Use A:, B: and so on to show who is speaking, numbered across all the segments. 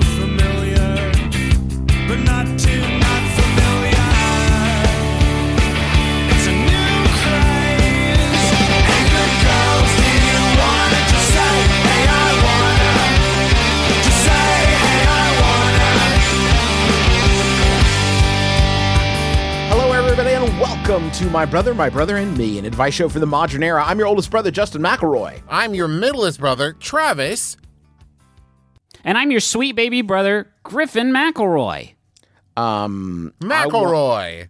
A: familiar, but not too not familiar. It's a new craze. Hey, good girls, do you wanna just say, hey, I wanna? Just say, hey, I wanna.
B: Hello, everybody, and welcome to My Brother, My Brother, and Me, an advice show for the modern era. I'm your oldest brother, Justin McElroy.
C: I'm your middlest brother, Travis.
D: And I'm your sweet baby brother, Griffin McElroy.
B: Um,
C: McElroy.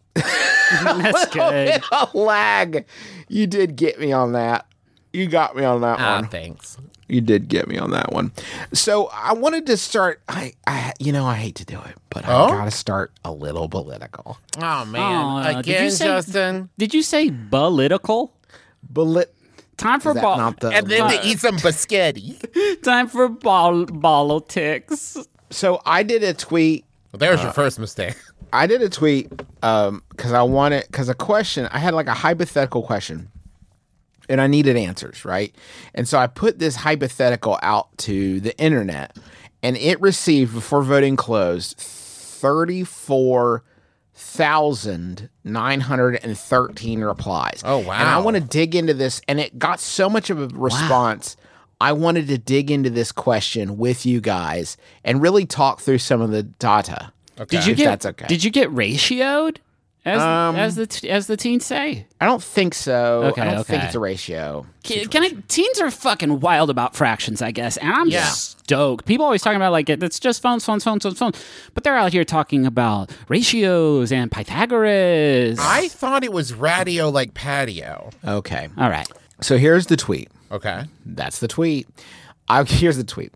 D: That's good.
B: a lag. You did get me on that. You got me on that
C: Ah,
B: one.
C: thanks.
B: You did get me on that one. So I wanted to start. I, I you know, I hate to do it, but I
C: Oh?
B: gotta start a little political.
C: Oh man,
D: Aw, did you
C: again,
D: say-
C: Justin.
D: Did you say political?
B: Bullet.
D: Time for
B: Is that
D: bol-
B: not the?
C: And then e- to eat some biscotti.
D: time for bol- politics.
B: so I did a tweet
C: Well, there's
B: Uh.
C: your first mistake.
B: I did a tweet um because I wanted because a question I had like a hypothetical question, and I needed answers right, and so I put this hypothetical out to the internet, and it received before voting closed thirty four thousand nine hundred and thirteen replies.
C: Oh,
B: And I
C: wow.
B: want to dig into this, and it got so much of a response. I wanted to dig into this question with you guys and really talk through some of the data.
C: Okay.
D: Did you
B: If
D: get
B: that's okay. Um,
D: Did you get ratioed? As as the t- as the teens say.
B: I don't think so.
D: Okay,
B: I don't think
D: okay.
B: it's a ratio.
D: Can, can I? Teens are fucking wild about fractions, I guess, and I'm
C: Yeah.
D: stoked. People always talking about like it's just phones, phones, phones, phones, phones, but they're out here talking about ratios and Pythagoras.
C: I thought it was radio like patio.
B: Okay.
D: All right.
B: So here's the tweet.
C: Okay.
B: That's the tweet. I, here's the tweet.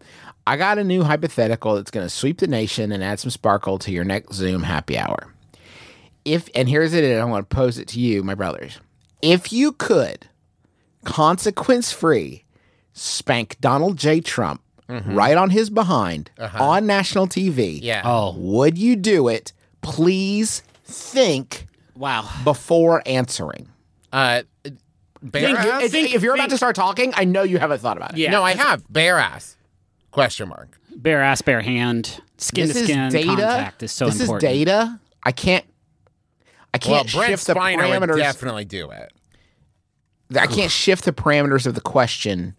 B: I got a new hypothetical that's going to sweep the nation and add some sparkle to your next Zoom happy hour. If and here's it, and I want to pose it to you, my brothers. If you could, consequence free, spank Donald J. Trump right on his behind on national TV,
C: Yeah.
B: would you do it? Please think
D: Wow.
B: before answering.
C: Uh, bear
B: Think-
C: ass.
B: if- if you're about to start talking, I know you haven't thought about it.
D: Yeah.
C: No, I have bear ass. Question mark.
D: bare ass, bare hand, skin
B: this
D: to
B: is
D: skin
B: data.
D: contact is so
B: this
D: important.
B: is data. I can't. I
C: Well,
B: can't
C: Brent
B: shift the
C: Spiner would
B: parameters.
C: definitely do it.
B: I can't shift the parameters of the question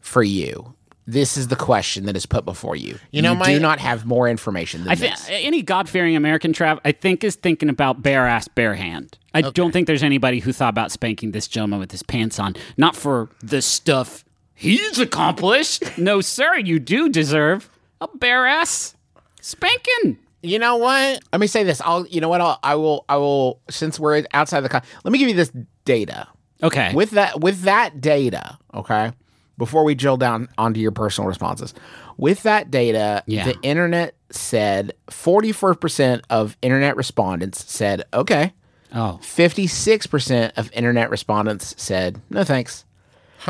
B: for you. This is the question that is put before you.
C: You know, my-
B: do not have more information than
D: I think
B: this.
D: any God fearing American trap, I think, is thinking about bare ass, bare hand. I don't think there's anybody who thought about spanking this gentleman with his pants on, not for the stuff he's accomplished. no, sir, you do deserve a bare ass spanking.
C: You know what?
B: Let me say this. I'll. You know what? I'll, I will. I will. Since we're outside the. Con- let me give you this data.
D: Okay.
B: with that with that data okay before we drill down onto your personal responses with that data
D: Yeah.
B: the internet said 44% of internet respondents said okay
D: oh,
B: 56% of internet respondents said no thanks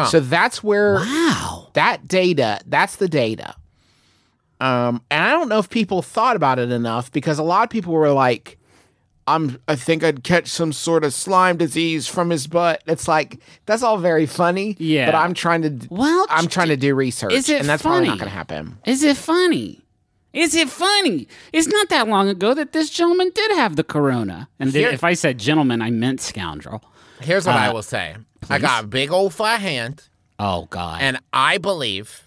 B: so that's where
D: wow.
B: that data that's the data um and i don't know if people thought about it enough because a lot of people were like i'm i think i'd catch some sort of slime disease from his butt it's like that's all very funny
D: Yeah.
B: but i'm trying to
D: Well,
B: i'm trying to do research
D: is it
B: and that's probably not
D: funny?
B: gonna happen
D: Is it funny? Is it funny? It's not that long ago that this gentleman did have the corona. And
C: Here-
D: if I said gentleman, I meant scoundrel.
C: Here's
B: Uh,
C: what I will say. I got a big old flat hand.
D: Oh God.
C: and I believe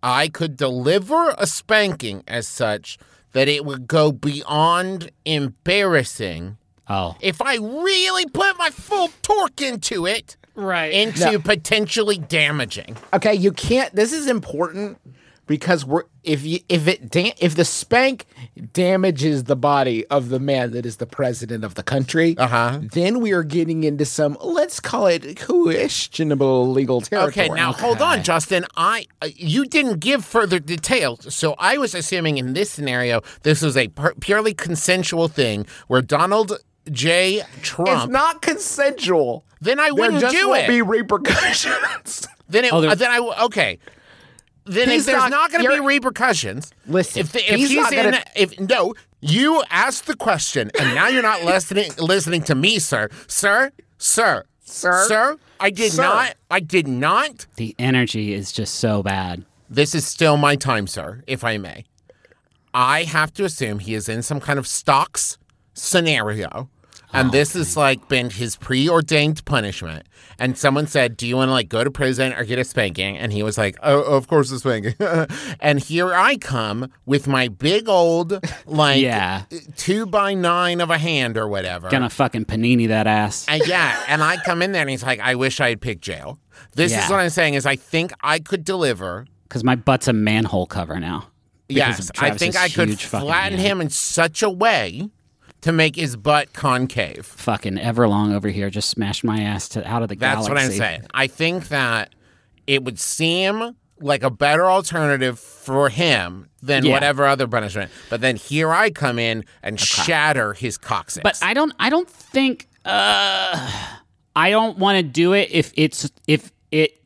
C: I could deliver a spanking as such that it would go beyond embarrassing
D: oh.
C: if I really put my full torque into it
D: Right.
C: into potentially damaging.
B: okay you can't this is important because we're if you if it da- if the spank damages the body of the man that is the president of the country
C: Uh-huh.
B: then we are getting into some let's call it questionable legal territory
C: Okay, now hold on, Justin. I uh, you didn't give further details, so I was assuming in this scenario this was a pur- purely consensual thing where Donald J. Trump,
B: It's not consensual.
C: then I
B: There
C: wouldn't
B: just
C: do
B: won't
C: it.
B: be repercussions.
C: then it,
D: Oh, there-
C: then I w- okay. Then if
B: He's
C: there's
B: not-
C: not, going to be
B: you're-
C: repercussions.
B: Listen,
C: if, the, if
B: he's
C: he's,
B: not
C: in,
B: gonna-
C: if no, you asked the question, and now you're not listening listening to me, sir, sir, sir,
B: Sir?
C: sir. I did
B: Sir.
C: not. I did not.
D: The energy is just so bad.
C: This is still my time, sir, if I may. I have to assume he is in some kind of stocks scenario.
D: Oh,
C: And this is like been his preordained punishment. And someone said, Do you want to like go to prison or get a spanking? And he was like, Oh, of course a spanking. and here I come with my big old like
D: Yeah.
C: two by nine of a hand or whatever.
D: Gonna fucking panini that ass.
C: And yeah, and I come in there and he's like, I wish I had picked jail. This
D: Yeah.
C: is what I'm saying is I think I could deliver
D: Because my butt's a manhole cover now. because
C: Yes,
D: of
C: I think I
D: Travis's
C: could
D: huge fucking
C: flatten
D: hand.
C: him in such a way to make his butt concave.
D: Fucking Everlong over here just smashed my ass to out of the
C: That's
D: galaxy.
C: what I'm saying. I think that it would seem like a better alternative for him than
D: Yeah.
C: whatever other punishment. But then here I come in and shatter his coccyx.
D: But I don't. I don't think. Uh, I don't want to do it if it's if it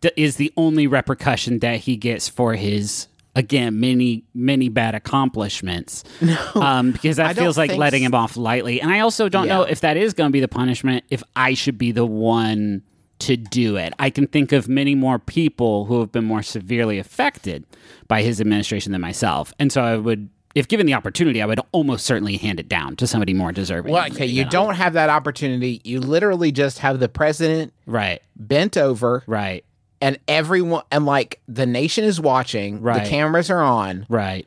D: d- is the only repercussion that he gets for his again many many bad accomplishments. um, because that
B: I don't
D: feels like
B: think
D: letting him off lightly. And I also don't know if that is going to be the punishment. If I should be the one to do it, I can think of many more people who have been more severely affected by his administration than myself, and so I would. If given the opportunity, I would almost certainly hand it down to somebody more deserving.
C: Well,
B: Okay, you don't have that opportunity. You literally just have the president
D: Right,
B: bent over
D: right,
B: and everyone and like the nation is watching,
D: Right.
B: the cameras are on.
D: right.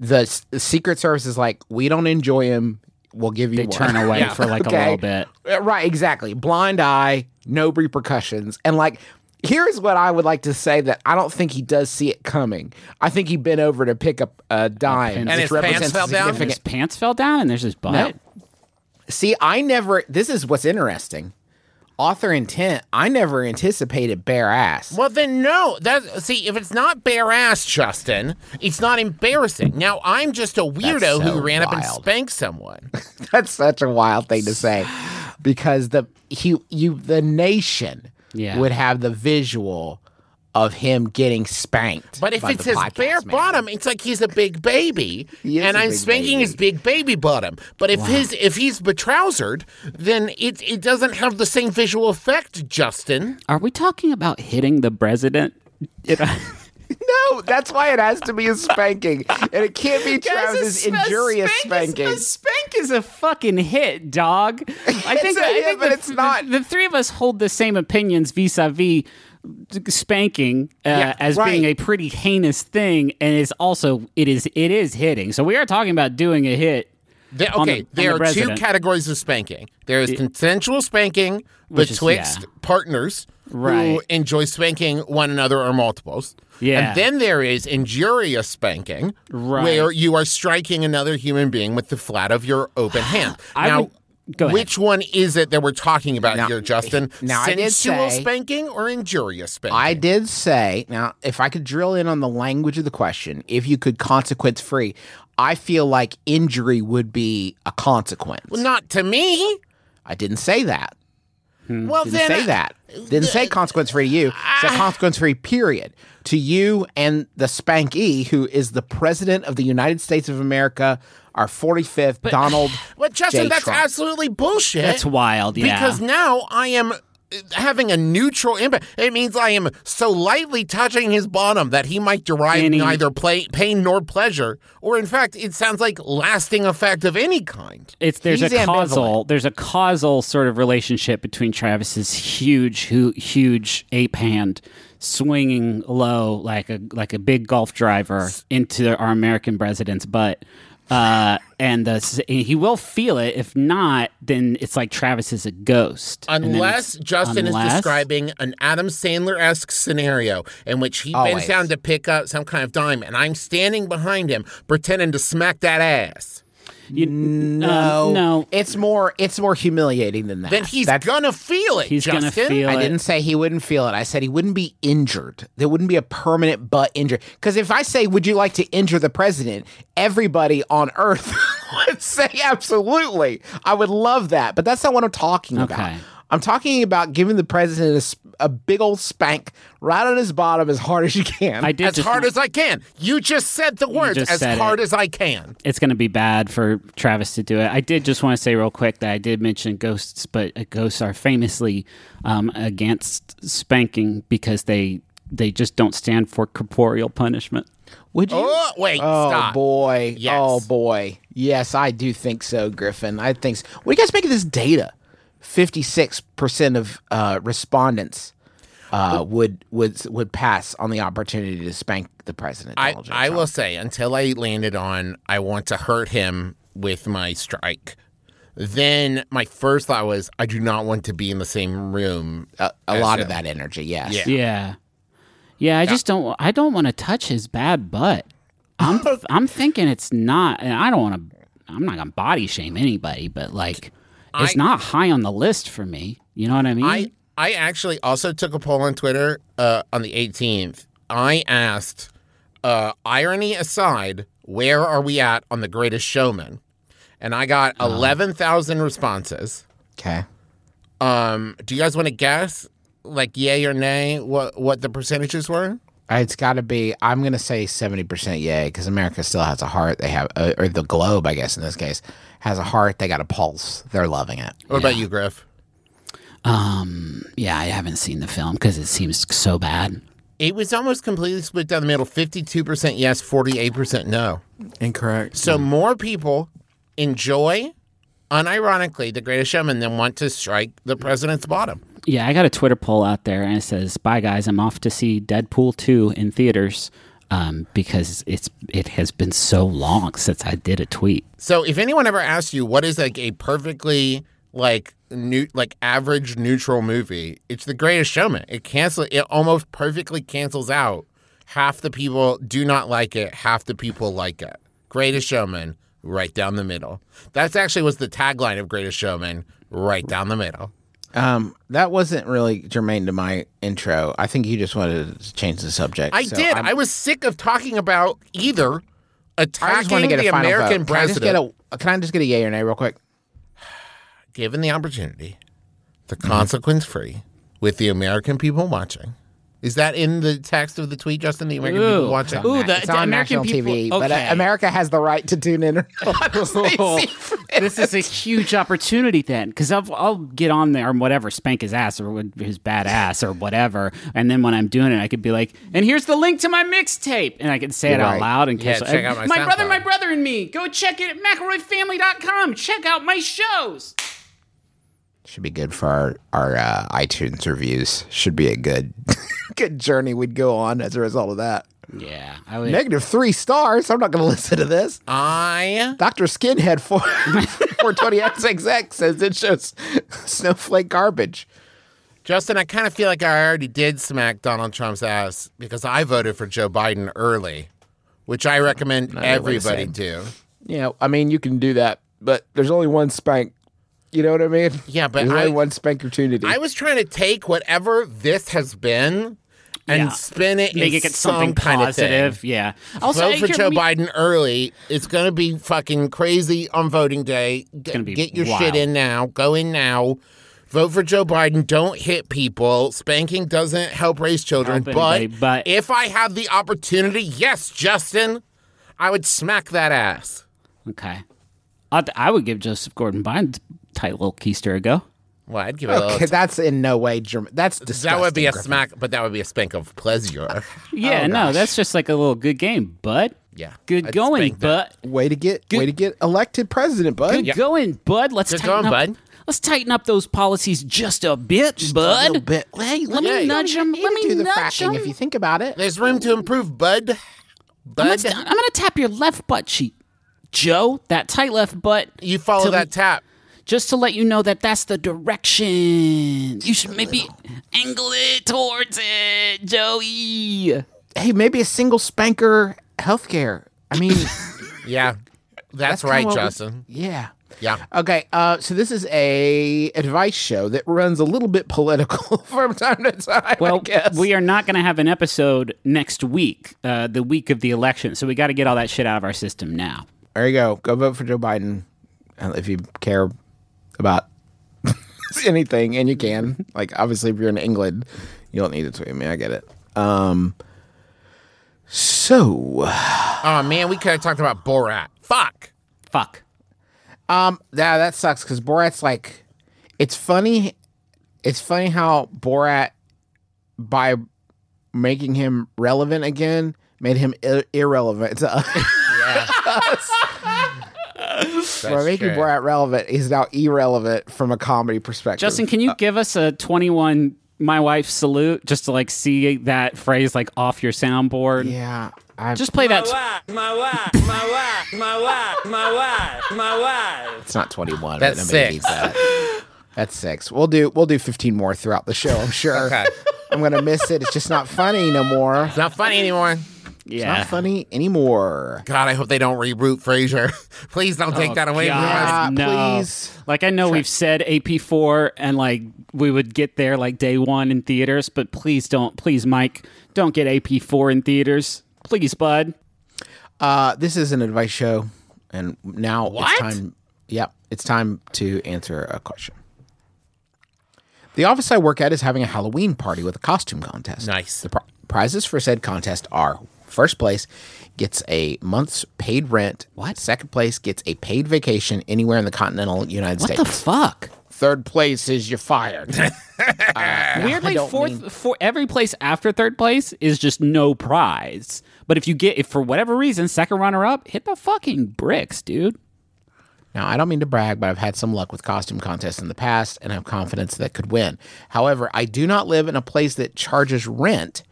B: The, s- the Secret Service is like, "We don't enjoy him. We'll give you
D: They
B: one."
D: turn away for like
B: Okay.
D: a little bit.
B: Uh, Right, exactly. Blind eye, no repercussions. And like, here's what I would like to say that I don't think he does see it coming. I think he bent over to pick up a dime,
D: And
B: which
C: his pants
B: represents
C: fell
B: a
C: down?
D: And his
B: significant-
D: pants fell down, and there's his butt.
B: No. See, I never. This is what's interesting. Author intent. I never anticipated bare ass.
C: Well, then no. That see, if it's not bare ass, Justin, it's not embarrassing. Now I'm just a weirdo
B: so
C: who ran up and
B: wild.
C: spanked someone.
B: That's such a wild thing to say, because the he you the nation
D: Yeah.
B: would have the visual of him getting spanked.
C: But if
B: by
C: it's
B: the
C: his
B: podcast
C: bare
B: man.
C: bottom, it's like he's a big baby,
B: He is
C: and
B: a
C: I'm
B: big
C: spanking
B: baby.
C: his big baby bottom. But if his if he's betrousered, then it it doesn't have the same visual effect, Justin.
D: Are we talking about hitting the president? You know,
B: No, that's why it has to be a spanking, and it can't be Travis's injurious spanking.
D: Is, a spank is a fucking hit, dog. I think,
B: a
D: I
B: hit,
D: think
B: but
D: the,
B: it's not-
D: The, the three of us hold the same opinions vis-a-vis spanking uh, as
B: right.
D: being a pretty heinous thing, and it's also it is it is hitting. So we are talking about doing a hit.
C: The-
D: On the-
C: okay,
D: on the
C: there are two
D: president.
C: categories of spanking. There is consensual spanking
D: Which is-
C: betwixt
D: yeah.
C: partners
D: Right.
C: who enjoy spanking one another or multiples.
D: Yeah.
C: And then there is injurious spanking,
D: Right.
C: where you are striking another human being with the flat of your open hand.
D: I
C: now,
D: would- go ahead.
C: which one is it that we're talking about
B: Now-
C: here, Justin?
B: now, I did
C: Sensual
B: say-
C: spanking or injurious spanking?
B: I did say now, if I could drill in on the language of the question, if you could consequence free, I feel like injury would be a consequence.
C: Not to me.
B: I didn't say that. Mm,
C: Well,
B: Didn't
C: then uh, Ah.
B: say that. Didn't say consequence free to you. Said consequence free. Period. To you and the spankee, who is the president of the United States of America, our forty fifth Donald.
C: But Justin,
B: J.
C: that's
B: Trump.
C: absolutely bullshit.
D: That's wild, yeah.
C: Because now I am uh, having a neutral impact. It means I am so lightly touching his bottom that he might derive
D: Any-
C: neither play, pain nor pleasure, or in fact, it sounds like lasting effect of any kind.
D: it's there's
B: He's
D: a causal there's a causal sort of relationship between Travis's huge hu- huge ape hand swinging low like a like a big golf driver into our American president's butt. Uh, and the, s- and he will feel it. If not, then it's like Travis is a ghost. And then
C: Unless
D: it's-
C: Justin is
D: unless-
C: describing an Adam Sandler esque scenario in which he
B: Always.
C: bends down to pick up some kind of dime, and I'm standing behind him pretending to smack that ass.
D: you,
B: No,
D: um, no,
B: It's more. It's more humiliating than that.
C: Then he's
B: That's-
C: gonna feel it.
D: he's
C: Justin.
D: gonna feel
B: I
D: it.
B: didn't say he wouldn't feel it. I said he wouldn't be injured. There wouldn't be a permanent butt injury. Because if I say, "Would you like to injure the president?" Everybody on Earth would say absolutely. I would love that, but that's not what I'm talking about.
D: Okay.
B: I'm talking about giving the president a, s- a big old spank right on his bottom as hard as you can.
D: I did.
C: as
D: just
C: hard
D: want-
C: as I can. You just said the words
D: just
C: as
D: said
C: hard
D: it.
C: as I can.
D: it's going to be bad for Travis to do it. I did just want to say real quick that I did mention ghosts, but uh, ghosts are famously um, against spanking because they they just don't stand for corporeal punishment.
B: Would you?
C: Oh, wait,
B: Oh
C: stop.
B: boy.
C: Yes.
B: Oh boy. Yes, I do think so, Griffin. I think so. What do you guys make of this data? Fifty-six percent of uh, respondents uh, would would would pass on the opportunity to spank the president.
C: I,
B: Donald J.
C: I
B: Trump.
C: will say, until I landed on, I want to hurt him with my strike. Then my first thought was, I do not want to be in the same room. uh,
B: a, a lot of that energy. Yes.
C: Yeah.
D: Yeah, yeah. I just don't. I don't want to touch his bad butt. I'm I'm thinking it's not, and I don't want to. I'm not gonna body shame anybody, but like, it's
C: I-
D: not high on the list for me. You know what I mean?
C: I, I actually also took a poll on Twitter uh, on the 18th. I asked, uh, irony aside, where are we at on the greatest showman? And I got 11,000 responses.
B: Okay.
C: Um, do you guys want to guess, like yay or nay, what what the percentages were?
B: Uh, It's got to be. I'm gonna say seventy percent yay because America still has a heart. They have, uh, or the globe, I guess in this case, has a heart. They got a pulse. They're loving it.
C: What about you, Griff?
D: um, yeah, I haven't seen the film because it seems so bad.
C: It was almost completely split down the middle: fifty-two percent yes, forty-eight percent no.
E: Incorrect.
C: So more people enjoy, unironically, The Greatest Showman than want to strike the president's bottom.
D: Yeah, I got a Twitter poll out there and it says, "Bye guys, I'm off to see Deadpool 2 in theaters um, because it's it has been so long since I did a tweet."
C: So if anyone ever asks you what is like a perfectly like new like average neutral movie, it's The Greatest Showman. It cancel it almost perfectly cancels out half the people do not like it, half the people like it. Greatest Showman, right down the middle. That's actually was the tagline of Greatest Showman, right down the middle.
B: Um, that wasn't really germane to my intro. I think you just wanted to change the subject.
C: I
B: so
C: did.
B: I'm-
C: i was sick of talking about either
B: I just want
C: attacking
B: to get a
C: the
B: final
C: American
B: vote. Can I just get
C: president,
B: a- Can I just get a yay or nay real quick?
C: given the opportunity, the consequence free, with the American people watching. Is that in the text of the tweet, Justin? The American people watching.
D: Ooh, the,
B: It's
D: the
B: on
D: American
B: national
D: people.
B: TV,
D: okay.
B: but uh, America has the right to tune in.
D: this is a huge opportunity then, because I'll, I'll get on there and whatever, spank his ass or what- his bad ass or whatever, and then when I'm doing it, I could be like, "And here's the link to my mixtape," and I can say it out
B: Right.
D: loud in
C: Yeah,
D: case
C: check out my
D: brother,
C: SoundCloud."
D: my brother, and me. Go check it at McElroyFamily.com. Check out my shows.
B: Should be good for our, our uh, iTunes reviews. Should be a good good journey we'd go on as a result of that.
D: Yeah, I would.
B: Negative three stars. I'm not going to listen to this.
C: I
B: Doctor Skinhead for 420xxx says it shows snowflake garbage.
C: Justin, I kind of feel like I already did smack Donald Trump's ass because I voted for Joe Biden early, which I recommend everybody do.
B: Yeah, I mean you can do that, but there's only one spank. You know what I mean?
C: Yeah, but
B: there's
C: I-
B: only one spank opportunity.
C: I was trying to take whatever this has been and
D: Yeah.
C: spin it
D: Make
C: in
D: it get
C: some
D: something
C: kind
D: positive.
C: Of thing.
D: yeah. Also,
C: Vote for
D: here,
C: Joe
D: let me-
C: Biden early. It's going to be fucking crazy on voting day. G-
D: gonna be
C: Get your
D: wild.
C: shit in now. Go in now. Vote for Joe Biden. Don't hit people. Spanking doesn't help raise children.
D: Help
C: but,
D: anybody, but-
C: if I had the opportunity, yes, Justin, I would smack that ass.
D: Okay, I'd, I would give Joseph Gordon-Biden tight little keister a
C: Oh,
D: go.
C: Well, I'd give it a
B: okay,
C: little.
B: that's in no way German. That's disgusting.
C: That would be a
B: Griffin.
C: smack, but that would be a spank of pleasure.
D: Yeah, no, that's just like a little good game, bud.
C: Yeah,
D: Good
C: I'd
D: going,
C: spank that.
D: bud.
B: Way to get way to get elected president, bud.
D: Good going, bud. Let's
C: Good
D: tighten
C: going, bud.
D: up. Let's tighten up those policies just a bit, bud.
B: little bit. Hey,
D: Let me nudge him.
B: You
D: Let
B: do
D: me
B: the
D: nudge
B: fracking
D: him.
B: if you think about it.
C: There's room to improve, bud.
D: I'm,
C: Bud,
D: gonna, I'm gonna tap your left butt cheek, Joe. That tight left butt.
C: you follow
D: till
C: that tap.
D: just to let you know that that's the direction. You should maybe angle it towards it, Joey.
B: Hey, maybe a single spanker healthcare. I mean,
C: Yeah, that's,
B: kinda
C: right,
B: what we-
C: Justin.
B: yeah.
C: Yeah.
B: Okay, uh, so this is a advice show that runs a little bit political from time to time. I
D: Well,
B: guess.
D: we are not going to have an episode next week, uh, the week of the election. So we got to get all that shit out of our system now.
B: There you go. Go vote for Joe Biden uh, if you care about anything, and you can. Like, obviously, if you're in England, you don't need to tweet me. I get it. Um. So
C: Oh man, we could have talked about Borat. Fuck.
D: Fuck.
B: Um, yeah, that sucks because Borat's like, it's funny, it's funny how Borat, by making him relevant again, made him ir- irrelevant to us. by making
C: true.
B: Borat relevant, he's now irrelevant from a comedy perspective.
D: Justin, can you give us a 21 my wife salute just to like see that phrase like off your soundboard?
B: yeah, I
D: Just play that.
B: it's not twenty one.
C: That's six.
B: That's six. We'll do we'll do fifteen more throughout the show. I'm sure.
C: Okay.
B: I'm gonna miss it. It's just not funny no more.
C: Not funny anymore.
D: yeah.
B: Not funny anymore.
C: God, I hope they don't reboot Frasier. Please don't take that away from us.
B: Oh, God.
D: God, no.
B: please.
D: Like I know we've said AP4 and like we would get there like day 1 in theaters, but please don't please Mike, don't get AP4 in theaters. Please, bud.
B: Uh, this is an advice show, and now it's
D: What?
B: time. Yep, it's time to answer a question. The office I work at is having a Halloween party with a costume contest.
C: Nice.
B: The pri- prizes for said contest are first place gets a month's paid rent. What? Second place gets a paid vacation anywhere in the continental United
D: What
B: States.
D: the fuck?
B: Third place is you're fired. Uh,
D: Weirdly,
B: don't
D: fourth,
B: mean-
D: for every place after third place is just no prize. But if you get, if for whatever reason, second runner up, hit the fucking bricks, dude.
B: Now, I don't mean to brag, but I've had some luck with costume contests in the past and have confidence that could win. However, I do not live in a place that charges rent,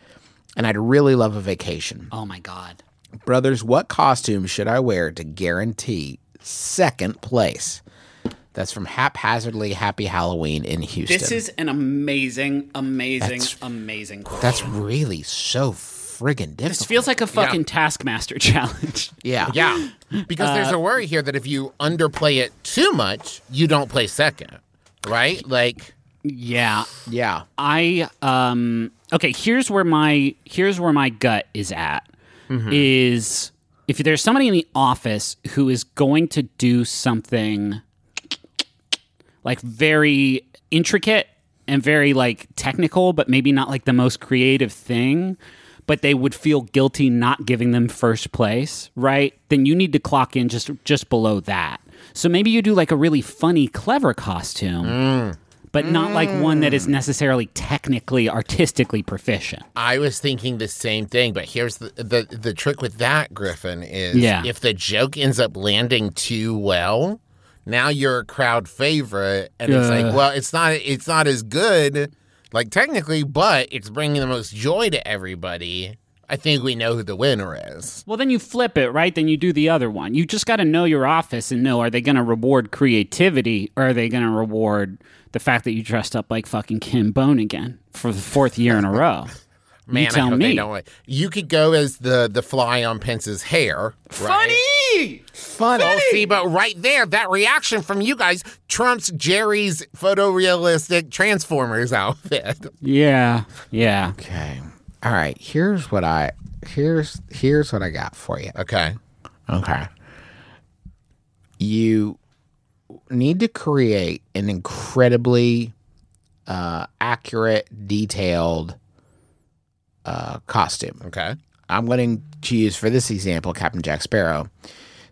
B: and I'd really love a vacation.
D: Oh my god.
B: Brothers, what costume should I wear to guarantee second place? That's from Haphazardly Happy Halloween in Houston.
D: This is an amazing, amazing, amazing question.
B: That's really so friggin' difficult.
D: this feels like a fucking Taskmaster challenge.
B: yeah.
C: Yeah. Because there's
D: Uh,
C: a worry here that if you underplay it too much, you don't play second. Right? Like
D: yeah.
B: Yeah.
D: I um okay, here's where my here's where my gut is at is if there's somebody in the office who is going to do something like very intricate and very like technical but maybe not like the most creative thing but they would feel guilty not giving them first place right then you need to clock in just just below that so maybe you do like a really funny clever costume but not like one that
C: Mm.
D: is necessarily technically artistically proficient
C: I was thinking the same thing, but here's the the, the trick with that, Griffin, is
D: Yeah.
C: if the joke ends up landing too well, now you're a crowd favorite and it's like, well, it's not it's not as good like technically, but it's bringing the most joy to everybody. I think we know who the winner is.
D: Well, then you flip it, right? Then you do the other one. You just got to know your office and know are they going to reward creativity or are they going to reward the fact that you dressed up like fucking Kim Bone again for the fourth year in a row?
C: Man,
D: you tell
C: I hope
D: me.
C: they don't like. You could go as the the fly on Pence's hair. Funny.
B: Funny.
C: Oh, see, but right there, that reaction from you guys trumps Jerry's photorealistic Transformers outfit.
D: Yeah, yeah.
B: Okay. All right. Here's what I here's here's what I got for you.
C: Okay.
B: Okay. You need to create an incredibly uh, accurate, detailed uh, costume.
C: Okay.
B: I'm going to use for this example Captain Jack Sparrow.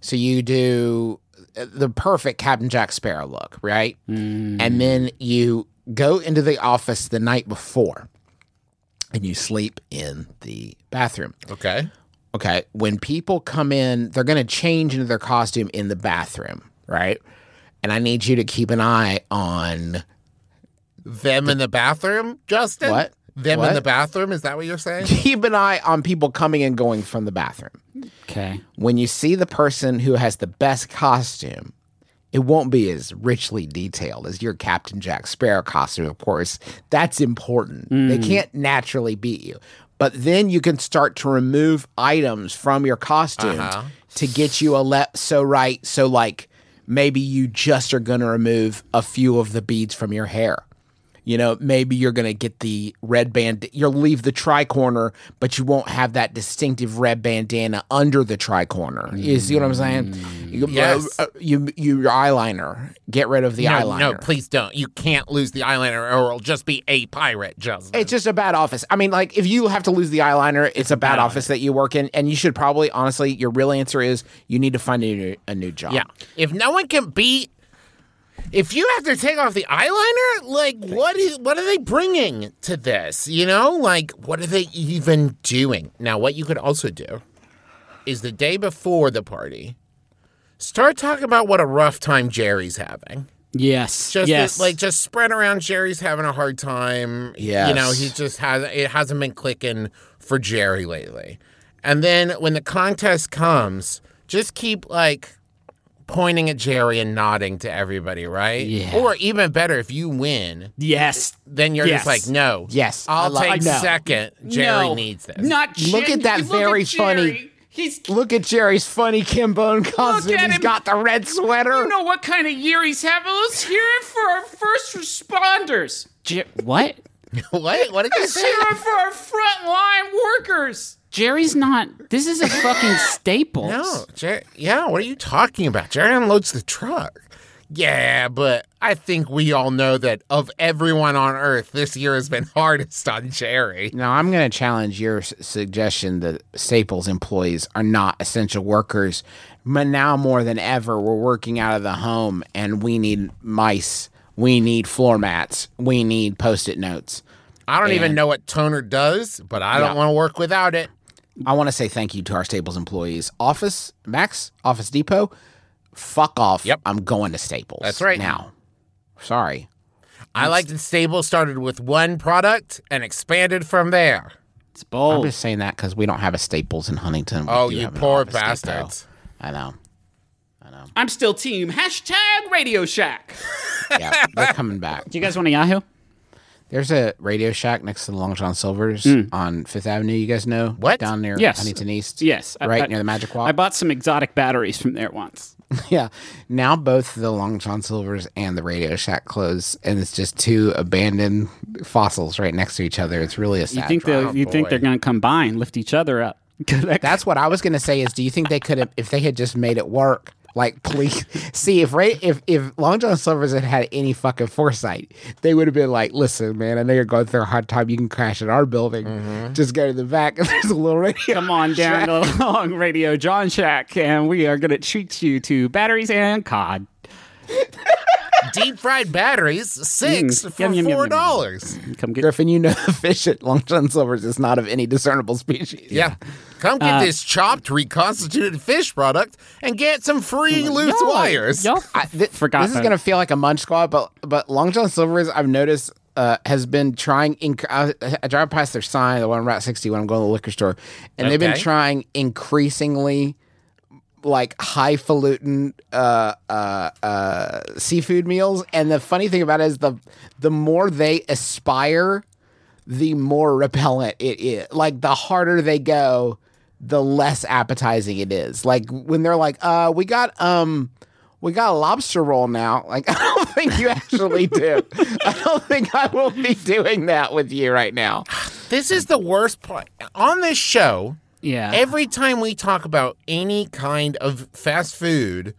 B: So you do uh, the perfect Captain Jack Sparrow look, right? And then you go into the office the night before and you sleep in the bathroom.
C: Okay.
B: Okay. When people come in, they're going to change into their costume in the bathroom, right? And I need you to keep an eye on
C: Them in the bathroom, Justin?
B: What?
C: Them in
B: What?
C: the bathroom? Is that what you're saying?
B: keep an eye on people coming and going from the bathroom.
D: Okay.
B: When you see the person who has the best costume, it won't be as richly detailed as your Captain Jack Sparrow costume, of course. That's important. They can't naturally beat you. But then you can start to remove items from your costume to get you a left, so right, so like maybe you just are going to remove a few of the beads from your hair. You know, maybe you're going to get the red band. You'll leave the tri corner, but you won't have that distinctive red bandana under the tri corner. You see what I'm saying? You,
C: Yes.
B: uh, you, you, your eyeliner. Get rid of the
C: No,
B: eyeliner.
C: no, please don't. You can't lose the eyeliner, or it'll just be a pirate, Justin.
B: It's just a bad office. I mean, like if you have to lose the eyeliner, it's, a bad, office that you work in, and you should probably, honestly, your real answer is you need to find a new, a new job.
C: yeah. If no one can beat, if you have to take off the eyeliner, like what is what are they bringing to this? You know, like what are they even doing? Now, what you could also do is the day before the party, start talking about what a rough time Jerry's having.
D: Yes.
C: just
D: yes.
C: that, like just spread around Jerry's having a hard time. You
B: Yes.
C: know, he just has it hasn't been clicking for Jerry lately. And then when the contest comes, just keep like pointing at Jerry and nodding to everybody, right?
D: Yeah.
C: Or even better, if you win,
D: yes.
C: then you're
D: Yes.
C: just like, no.
B: Yes, I
C: I'll
B: love-
C: take
D: No.
C: second. Jerry
D: No,
C: needs this.
D: Not
B: Look
D: Jin-
B: at that
D: you look
B: very
D: Jerry.
B: funny-
D: He's
B: Look at Jerry's funny Kimbone costume.
D: at
B: He's
D: him.
B: got the red sweater.
D: you know what kind of year he's having. Let's hear it for our first responders. Jer- what?
C: what? What did you
D: Let's
C: say?
D: hear it for our frontline workers. Jerry's not. This is a fucking staple.
C: No, Jerry. Yeah, what are you talking about? Jerry unloads the truck. Yeah, but I think we all know that of everyone on Earth, this year has been hardest on Jerry.
B: Now, I'm going to challenge your s- suggestion that Staples employees are not essential workers. But now more than ever, we're working out of the home and we need mice. We need floor mats. We need post it notes.
C: I don't even know what toner does, but I don't want to work without it.
B: I want to say thank you to our Staples employees. Office, Max, Office Depot, fuck off.
C: Yep.
B: I'm going to Staples.
C: That's right.
B: Now. Sorry.
C: I like that Stable started with one product and expanded from there.
D: It's
B: I'm
D: bold.
B: just saying that because we don't have a Staples in Huntington. We
C: Oh,
B: do
C: you
B: have an
C: poor
B: Office Depot.
C: bastards.
B: I know.
D: I'm still team. Hashtag Radio Shack.
B: Yeah, they're coming back.
D: Do you guys want a Yahoo?
B: There's a Radio Shack next to the Long John Silver's on Fifth Avenue. You guys know
C: What?
B: down near
D: Hmm. Yes.
B: Huntington East?
D: Yes. I-
B: right
D: I-
B: near the Magic Wall.
D: I bought some exotic batteries from there once.
B: yeah. Now both the Long John Silver's and the Radio Shack close, and it's just two abandoned fossils right next to each other. It's really a sad.
D: You think they?
C: Oh,
D: You think
C: boy.
D: they're going to combine, lift each other up? That's
B: That's what I was gonna say. Is do you think they could have if they had just made it work? Like, please see if Ray, if if Long John Silver's had had any fucking foresight, they would have been like, "Listen, man, I know you're going through a hard time. You can crash at our building.
D: Mm-hmm.
B: Just go to the back. And there's a little radio.
D: Come on down to Long Radio John Shack, and we are going to treat you to batteries and cod.
C: Deep fried batteries, six
D: Mm.
C: for
D: Yum, yum, yum,
C: four
D: yum, yum.
C: dollars.
D: Come get
B: Griffin, you know the fish at Long John Silver's is not of any discernible species.
C: Yeah. Come
D: Uh,
C: get this chopped, reconstituted fish product and get some free loose wires.
D: Y'all
B: I, th-
D: forgot.
B: This is
D: that.
B: gonna feel like a munch squad, but but Long John Silver's I've noticed uh, has been trying. Inc- I, I drive past their sign, the one on Route 60, when I'm going to the liquor store, and they've been
C: Okay.
B: trying increasingly like highfalutin uh, uh, uh, seafood meals. And the funny thing about it is the the more they aspire, the more repellent it is. Like the harder they go, the less appetizing it is. Like when they're like, uh, we got um we got a lobster roll now. Like I don't think you actually do. I don't think I will be doing that with you right now.
C: This is the worst part. On this show,
D: yeah.
C: every time we talk about any kind of fast food,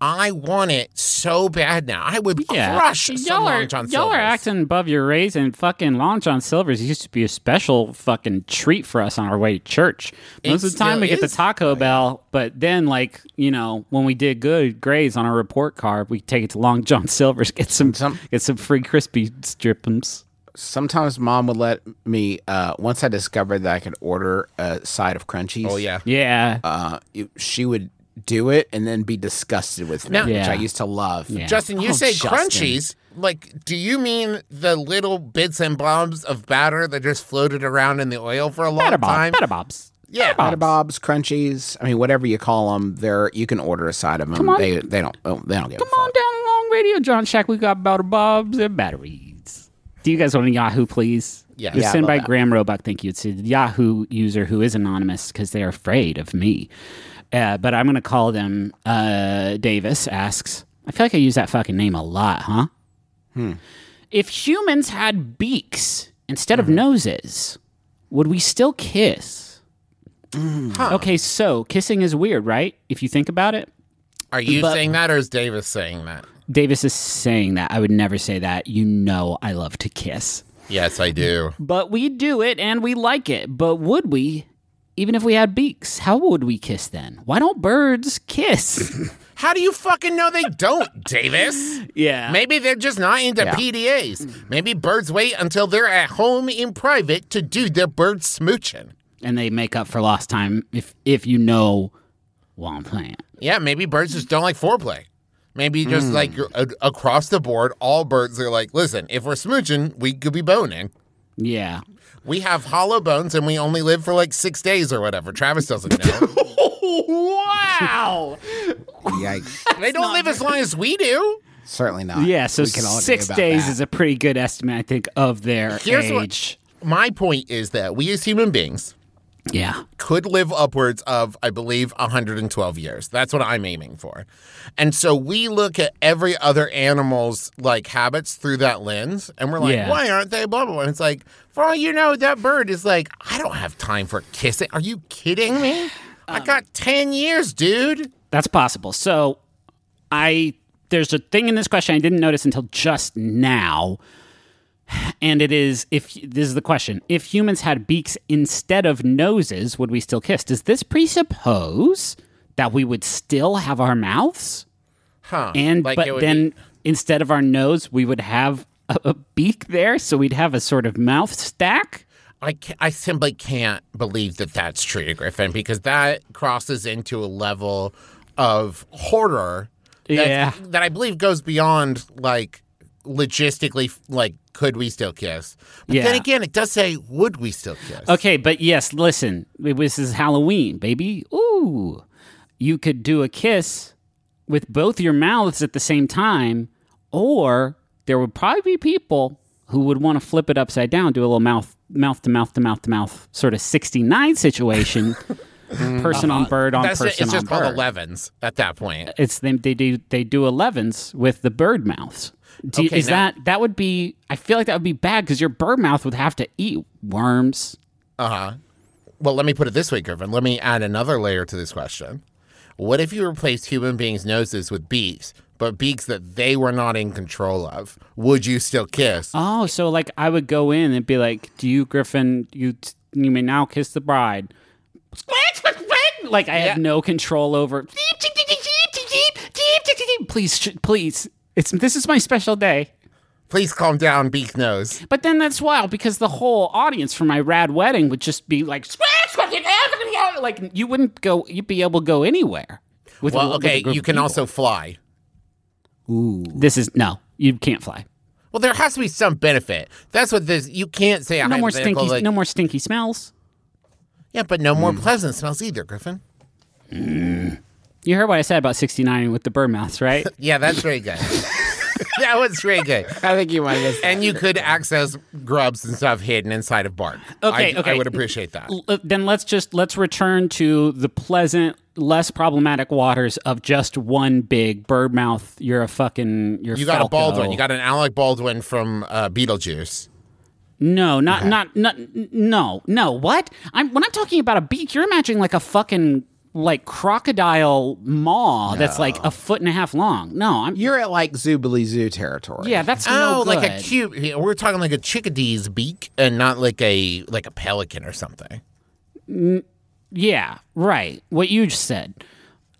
C: I want it so bad now. I would
D: yeah.
C: crush some
D: y'all are,
C: Long John
D: y'all are
C: Silvers.
D: acting above your raise, and fucking Long John Silver's used to be a special fucking treat for us on our way to church. Most
C: It
D: of the time,
C: still
D: we get the
C: is? Oh,
D: Taco Bell, but then, like you know, when we did good grades on our report card, we take it to Long John Silver's, get some,
B: Some-
D: get some free crispy strippums.
B: Sometimes mom would let me uh once I discovered that I could order a side of crunchies.
C: Oh, yeah.
D: Yeah.
B: Uh it- she would do it and then be disgusted with me,
C: Now-
B: which I
D: Yeah.
B: used to love.
C: Justin, you
B: Oh,
C: say
B: Justin.
C: crunchies. Like, do you mean the little bits and blobs of batter that just floated around in the oil for a long
D: Batter Bob.
C: time?
D: Batter Bob's.
C: Yeah.
B: Bada Bob's, Crunchies. I mean, whatever you call them, they're you can order a side of them.
D: on.
B: They they don't oh, they don't give a
D: Come on
B: fuck.
D: down along Radio John Shack. We got butter bobs and batteries. Do you guys want a Yahoo, please?
C: Yeah.
D: It was
C: Yeah,
B: I
D: sent by
B: love that.
D: Graham Roebuck. Thank you. It's a Yahoo user who is anonymous because they are afraid of me. Uh, but I'm going to call them
B: Hmm.
D: uh, Davis asks. I feel like I use that fucking name a lot, huh? If humans had beaks instead
B: Mm-hmm.
D: of noses, would we still kiss?
B: Mm.
D: Okay, so kissing is weird, right? If you think about it,
C: Are you
D: But-
C: saying that or is Davis saying that?
D: Davis is saying that. I would never say that. You know, I love to kiss.
C: Yes, I do.
D: But we do it and we like it. But would we, even if we had beaks, how would we kiss then? Why don't birds kiss?
C: How do you fucking know they don't, Davis?
D: yeah.
C: Maybe they're just not into PDAs. Maybe birds wait until they're at home in private to do their bird smooching.
D: and they make up for lost time if if you know what I'm playing.
C: Yeah, maybe birds just don't like foreplay. Maybe just like a- across the board, all birds are like, listen, if we're smooching, we could be boning.
D: Yeah.
C: We have hollow bones and we only live for like six days or whatever. Travis doesn't know.
D: Wow.
E: Yikes.
C: they don't live as long as we do.
E: Certainly not.
D: Yeah, so
E: We can all agree
D: six
E: about
D: days
E: that.
D: is a pretty good estimate, I think, of their
C: Here's what-
D: age.
C: My point is that we as human beings
D: Yeah.
C: could live upwards of, I believe, 112 years. That's what I'm aiming for. And so we look at every other animal's like habits through that lens and we're like,
D: Yeah.
C: why aren't they blah, blah, blah? And it's like, for all you know, that bird is like, I don't have time for kissing. Are you kidding me? I got 10 years, dude.
D: That's possible. So I there's a thing in this question I didn't notice until just now. And it is if this is the question. If humans had beaks instead of noses, would we still kiss? Does this presuppose that we would still have our mouths?
C: Huh.
D: And
C: Like, it
D: but
C: would be-
D: then instead of our nose, we would have a, a beak there, so we'd have a sort of mouth stack.
C: I, ca I simply can't believe that that's true, Griffin, because that crosses into a level of horror that,
D: Yeah.
C: that I believe goes beyond like logistically, like, could we still kiss? But then
D: Yeah.
C: again, it does say, would we still kiss?
D: Okay, but yes, listen, it- this is Halloween, baby. Ooh, you could do a kiss with both your mouths at the same time, or there would probably be people who would want to flip it upside down, do a little mouth, mouth to mouth to mouth to mouth sort of sixty nine situation, Mm-hmm. person on bird on
C: Uh-huh. That's
D: person
C: just, it's
D: on
C: just
D: bird.
C: called 11s at that point.
D: It's them. They do. They do elevens with the bird mouths. Do,
C: Okay,
D: is
C: now-
D: that that would be? I feel like that would be bad because your bird mouth would have to eat worms.
C: Well, let me put it this way, Griffin. Let me add another layer to this question. What if you replaced human beings' noses with beaks, but beaks that they were not in control of? Would you still kiss?
D: Oh, so like I would go in and be like, "Do you, Griffin? You you may now kiss the bride." Like I have
C: Yeah.
D: no control over. Please, sh- please. It's this is my special day.
C: Please calm down, beak nose.
D: But then that's wild because the whole audience for my rad wedding would just be like, like you wouldn't go, you'd be able to go anywhere. With
C: Well,
D: a- with a
C: okay,
D: group
C: you
D: of
C: can
D: people.
C: also fly.
D: This is no, you can't fly.
C: Well, there has to be some benefit. That's what this. You can't say a
D: No more
C: hypothetical,
D: stinky,
C: like-
D: no more stinky smells.
C: Yeah, but no more pleasant smells either, Griffin.
D: You heard what I said about sixty nine with the bird mouths, right?
C: Yeah, that's very good. that was very good.
B: I think you might have missed
C: And you could access grubs and stuff hidden inside of bark.
D: Okay,
C: I, I
D: okay.
C: would appreciate that.
D: L- then let's just let's return to the pleasant, less problematic waters of just one big bird mouth. You're a fucking. You're
C: You got a
D: Falco.
C: Baldwin. You got an Alec Baldwin from uh, Beetlejuice.
D: No, not not not n- no no. What I'm when I'm talking about a beak, you're imagining like a fucking like crocodile maw that's like a foot and a half long. No, I'm
B: You're at like Zoobly Zoo territory.
D: yeah, that's
C: Oh,
D: no
C: like a
D: good.
C: cute. yeah, We're talking like a chickadee's beak and not like a like a pelican or something.
D: Yeah, right. What you just said.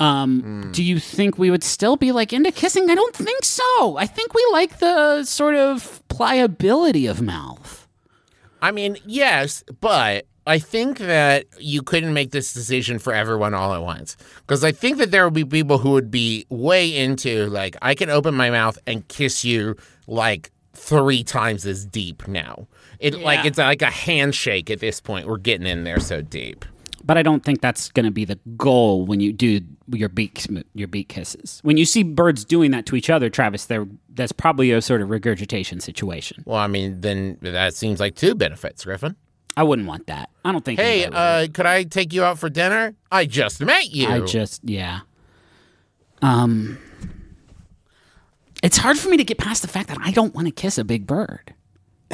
D: Um,
C: Hmm.
D: Do you think we would still be like into kissing? I don't think so. I think we like the sort of pliability of mouth.
C: I mean, yes, but I think that you couldn't make this decision for everyone all at once. Because I think that there would be people who would be way into, like, I can open my mouth and kiss you, like, three times as deep now. It Like,
D: Yeah.
C: it's like a handshake at this point. We're getting in there so deep.
D: But I don't think that's going to be the goal when you do your beak sm- your beak kisses. When you see birds doing that to each other, Travis, there that's probably a sort of regurgitation situation.
C: Well, I mean, then that seems like two benefits, Griffin.
D: I wouldn't want that. I don't think.
C: Hey,
D: anybody
C: uh, could I take you out for dinner? I just met you.
D: would. I just yeah. Um, It's hard for me to get past the fact that I don't want to kiss a big bird.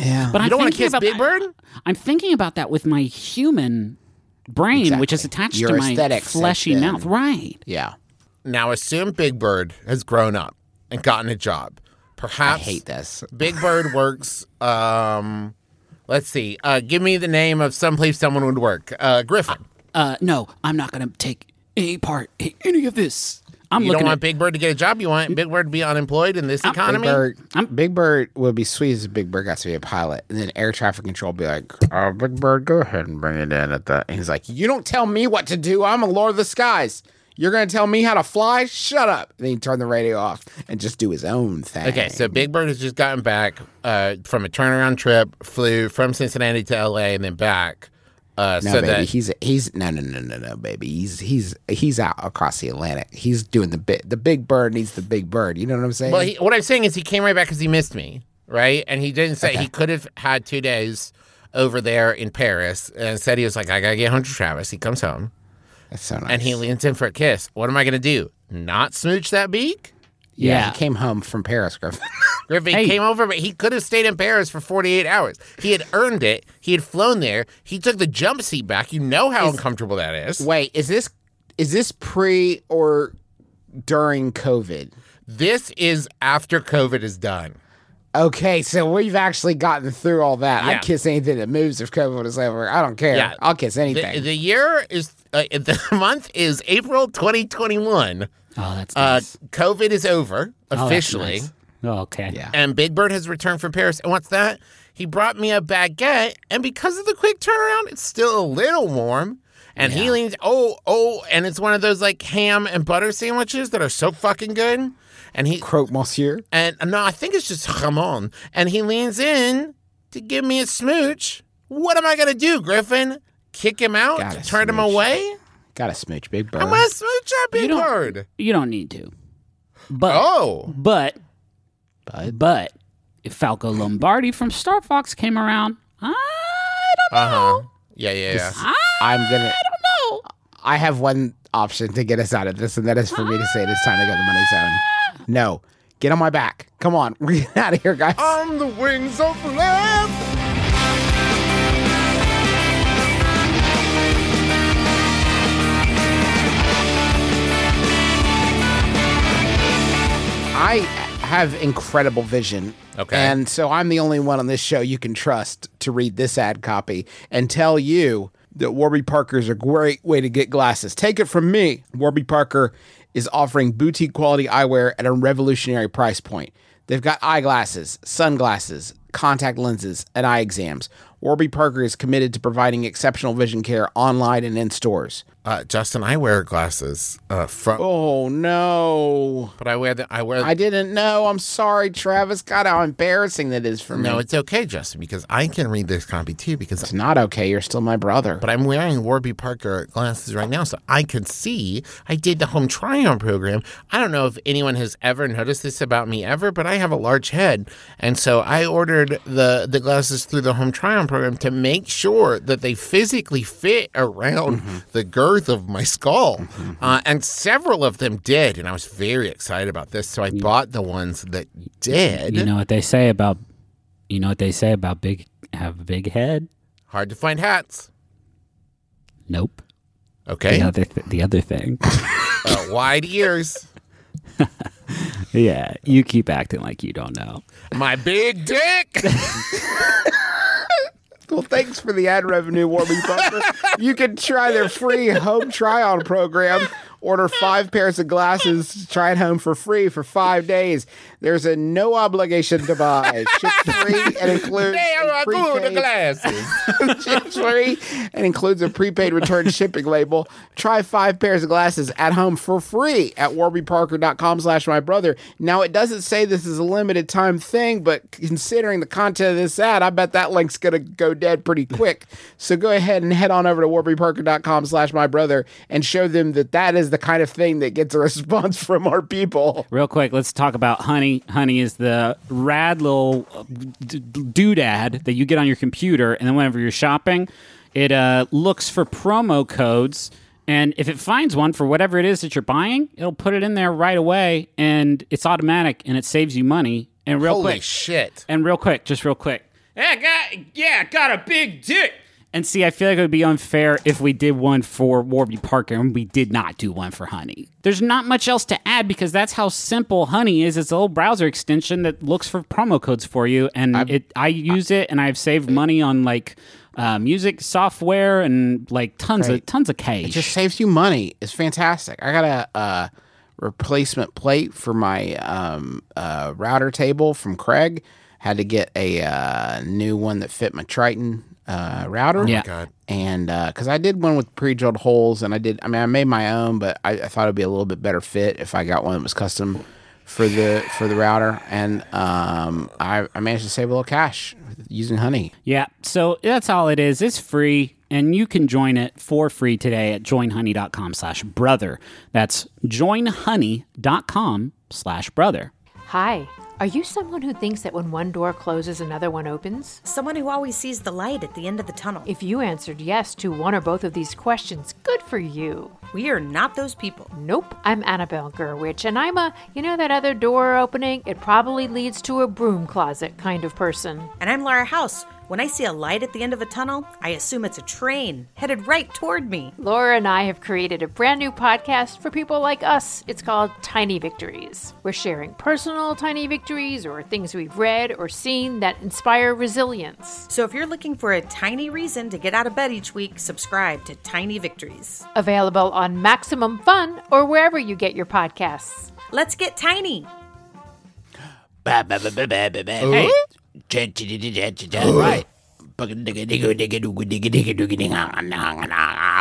E: Yeah.
D: But
C: You
D: I'm
C: don't want to
D: thinking
C: kiss
D: about-
C: Big Bird?
D: I'm thinking about that with my human brain, which is attached
B: Your
D: to my
B: aesthetics has
D: fleshy
B: been-
D: mouth. Right.
B: Yeah.
C: Now assume Big Bird has grown up and gotten a job. Perhaps
B: Hate this.
C: Big Bird works. Um, let's see. Uh, give me the name of some place someone would work. Uh, Griffin.
D: Uh, no, I'm not going to take any part in any of this. I'm
C: You don't
D: looking
C: want
D: at
C: Big Bird to get a job. You want Big Bird to be unemployed in this
B: Big
C: economy.
B: Bird, Big Bird would be sweet as Big Bird got to be a pilot. And then air traffic control would be like, oh, Big Bird, go ahead and bring it in at that. And he's like, You don't tell me what to do. I'm a lord of the skies. You're going to tell me how to fly? Shut up. And then he'd turn the radio off and just do his own thing.
C: Okay, so Big Bird has just gotten back uh, from a turnaround trip, flew from Cincinnati to L.A. and then back. Uh,
B: No,
C: so
B: baby,
C: that
B: he's he's no no no no no baby. He's he's he's out across the Atlantic. He's doing the bit. The big bird needs the big bird. You know what I'm saying?
C: well, he, what I'm saying is he came right back because he missed me, right? And he didn't say he could have had two days over there in Paris, and said he was like, I gotta get home to Travis. He comes home
B: That's so nice.
C: and he leans in for a kiss. What am I gonna do? Not smooch that beak?
B: yeah,
D: yeah.
B: he came home from Paris, Griffin.
C: Griffin
D: Hey.
C: came over, but he could have stayed in Paris for 48 hours. He had earned it. He had flown there. He took the jump seat back. You know how uncomfortable that is.
B: Wait, is this is this pre or during COVID?
C: This is after COVID is done.
B: Okay, so we've actually gotten through all that.
C: Yeah.
B: I'd kiss anything that moves if COVID is over. I don't care.
C: Yeah.
B: I'll kiss anything.
C: The, the year is, uh, the month is April 2021.
D: Oh, that's
C: Uh,
D: nice.
C: COVID is over
D: Oh, that's
C: officially.
D: nice. Oh, okay.
B: Yeah.
C: And Big Bird has returned from Paris. And what's that? He brought me a baguette, and because of the quick turnaround, it's still a little warm. And he leans, oh, oh, and it's one of those like ham and butter sandwiches that are so fucking good. And he,
B: Croque Monsieur.
C: and no, I think it's just jamon. And he leans in to give me a smooch. What am I gonna do, Griffin? Kick him out?
B: Gotta
C: turn him
B: smooch.
C: away?
B: Got a smooch, big bird.
C: I'm gonna smooch that Big
D: don't-
C: Bird.
D: You don't need to. But
C: Oh,
D: But, but, if Falco Lombardi from Star Fox came around, I don't
C: uh huh. Yeah, yeah, yeah.
B: I'm gonna.
D: know.
B: I have one option to get us out of this, and that is for me to say it is time to go to the money zone. No, get on my back. Come on, we're getting out of here, guys.
C: On the wings of love.
B: I have incredible vision.
C: Okay.
B: And so I'm the only one on this show you can trust to read this ad copy and tell you that Warby Parker is a great way to get glasses. Take it from me. Warby Parker is offering boutique quality eyewear at a revolutionary price point. They've got eyeglasses, sunglasses, contact lenses, and eye exams. Warby Parker is committed to providing exceptional vision care online and in stores.
C: Uh, Justin, I wear glasses uh, from,
B: Oh no.
C: but I wear the I wear.
B: I didn't know. I'm sorry, Travis. God, how embarrassing that is for me.
C: no, it's okay, Justin, because I can read this copy too. Because
B: It's not okay. You're still my brother.
C: but I'm wearing Warby Parker glasses right now, so I can see. I did the home try-on program. I don't know if anyone has ever noticed this about me ever, but I have a large head, and so I ordered the the glasses through the home try-on program to make sure that they physically fit around
D: Mm-hmm.
C: the girth of my skull. Uh, and several of them did, and I was very excited about this. So I bought the ones that did.
D: You know what they say about, you know what they say about big have a big head.
C: Hard to find hats.
D: Nope.
C: Okay.
D: The other th- the other thing.
C: Uh, wide ears.
D: yeah, you keep acting like you don't know.
C: My big dick.
B: Well, thanks for the ad revenue, Warby Parker. you can try their free home try on program. Order five pairs of glasses to try at home for free for five days. There's a no obligation to buy. Ship free and includes.
C: They
B: a
C: are good
B: prepaid-
C: glasses.
B: Ship free and includes a prepaid return shipping label. Try five pairs of glasses at home for free at warbyparker.com slash my brother. Now it doesn't say this is a limited time thing, but considering the content of this ad, I bet that link's gonna go dead pretty quick. so go ahead and head on over to warbyparker.com slash my brother and show them that that is the kind of thing that gets a response from our people.
D: Real quick, let's talk about Honey. Honey is the rad little uh, d- d- doodad that you get on your computer, and then whenever you're shopping, it uh, looks for promo codes And if it finds one for whatever it is that you're buying, it'll put it in there right away and it's automatic and it saves you money. And real
C: Holy
D: quick,
C: shit.
D: and real quick, just real quick. Yeah, I got yeah, I got a big dick. And see, I feel like it would be unfair if we did one for Warby Parker and we did not do one for Honey. There's not much else to add because that's how simple Honey is. It's a little browser extension that looks for promo codes for you, and it I use it, and I've saved money on like uh, music software and like tons of tons of cash.
B: just saves you money. It's fantastic. I got a uh, replacement plate for my um, uh, router table from Craig. Had to get a uh, new one that fit my Triton uh, router.
D: Yeah.
C: God.
B: And because I did one with pre-drilled holes, and I did, I mean, I made my own, but I, I thought it'd be a little bit better fit if I got one that was custom for the for the router. And um, I, I managed to save a little cash using Honey.
D: Yeah, so that's all it is. It's free, and you can join it for free today at joinhoney.com slash brother. That's joinhoney.com slash brother.
F: Hi. Are you someone who thinks that when one door closes, another one opens?
G: Someone who always sees the light at the end of the tunnel.
F: If you answered yes to one or both of these questions, good for you.
G: we are not those people.
F: Nope, I'm Annabelle Gerwich, and I'm a, you know, that other door opening, it probably leads to a broom closet kind of person.
G: And I'm Laura House. When I see a light at the end of a tunnel, I assume it's a train headed right toward me.
F: Laura and I have created a brand new podcast for people like us. It's called Tiny Victories. We're sharing personal tiny victories or things we've read or seen that inspire resilience.
G: So if you're looking for a tiny reason to get out of bed each week, subscribe to Tiny Victories.
F: Available on Maximum Fun or wherever you get your podcasts.
G: Let's get tiny.
D: Hey,
B: Right. I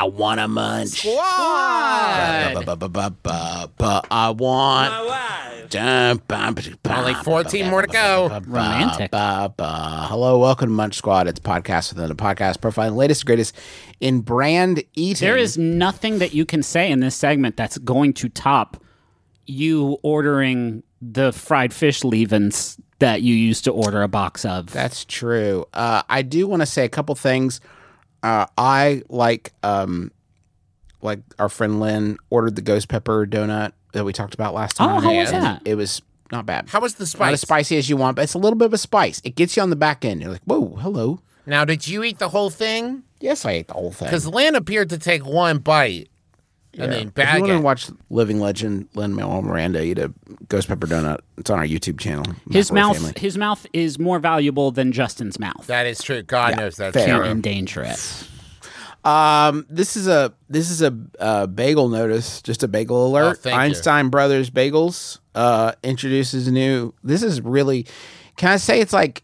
B: want a munch. What? I want.
C: Only 14 more to go.
D: romantic.
B: Ba, ba. Hello, welcome to Munch Squad. It's a podcast within a podcast profiling the latest, greatest in brand eating.
D: There is nothing that you can say in this segment that's going to top you ordering the fried fish leavings that you used to order a box of.
B: That's true. Uh, I do want to say a couple things. Uh, I like um, like our friend Lynn ordered the ghost pepper donut that we talked about last time.
D: Oh, how was
B: and
D: that?
B: It was not bad.
C: How was the
B: Not as
C: spice?
B: spicy as you want, but it's a little bit of a spice. It gets you on the back end. You're like, whoa, hello.
C: Now, did you eat the whole thing?
B: Yes, I ate the whole thing.
C: Because Lynn appeared to take one bite and then
B: if you
C: bag
B: want to
C: it.
B: watch Living Legend, Lynn Manuel Miranda eat a ghost pepper donut. It's on our YouTube channel.
D: his
B: Macaroni
D: mouth
B: Family.
D: his mouth is more valuable than Justin's mouth.
C: that is true. God knows that's
B: fair.
D: Can't
C: true.
D: endanger it.
B: Um, this is a this is a uh, bagel notice, just a bagel alert.
C: Oh, thank you.
B: Einstein Brothers Bagels uh, introduces new. This is really, can I say it's like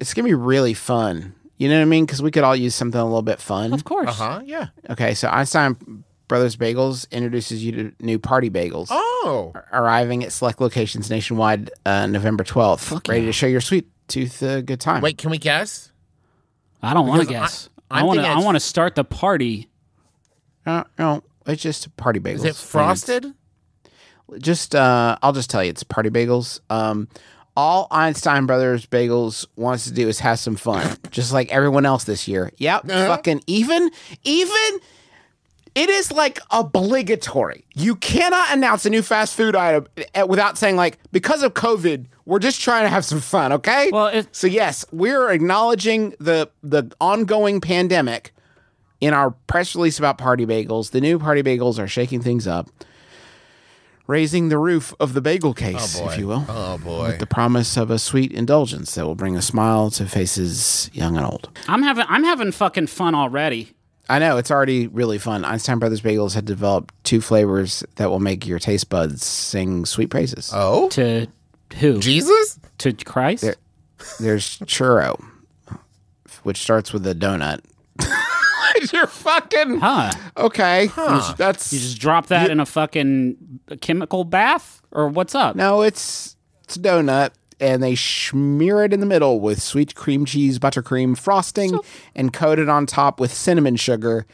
B: it's gonna be really fun. You know what I mean? Because we could all use something a little bit fun.
D: Of course.
C: Huh? Yeah.
B: Okay, so Einstein Brothers Bagels introduces you to new party bagels.
C: Oh.
B: Arriving at select locations nationwide uh, November 12th. ready to show your sweet tooth a good time.
C: Wait, can we guess?
D: I don't want to
C: Because I-
D: guess. I
C: I'm
D: want to.
C: thinking
D: I
C: it's-
D: want to start the party.
B: No, Uh, no, it's just party bagels.
C: Is it frosted?
B: just uh I'll just tell you it's party bagels. Um all Einstein Brothers Bagels wants to do is have some fun, just like everyone else this year. Yep, fucking even even it is like obligatory. You cannot announce a new fast food item eh, without saying like because of COVID, we're just trying to have some fun, okay?
D: Well, it-
B: so yes, we're acknowledging the the ongoing pandemic in our press release about party bagels. The new party bagels are shaking things up raising the roof of the bagel case, if you will.
C: Oh, boy.
B: With the promise of a sweet indulgence that will bring a smile to faces young and old.
D: I'm having. I'm having fucking fun already.
B: I know it's already really fun. Einstein Brothers Bagels had developed two flavors that will make your taste buds sing sweet praises.
C: Oh.
D: To who?
C: Jesus?
D: to Christ.
B: There's churro, which starts with a donut. You're fucking
D: Huh?
B: okay. That's
D: You just drop that in a fucking chemical bath, or what's up?
B: No, it's it's a donut, and they smear it in the middle with sweet cream cheese, buttercream frosting, and coat it on top with cinnamon sugar.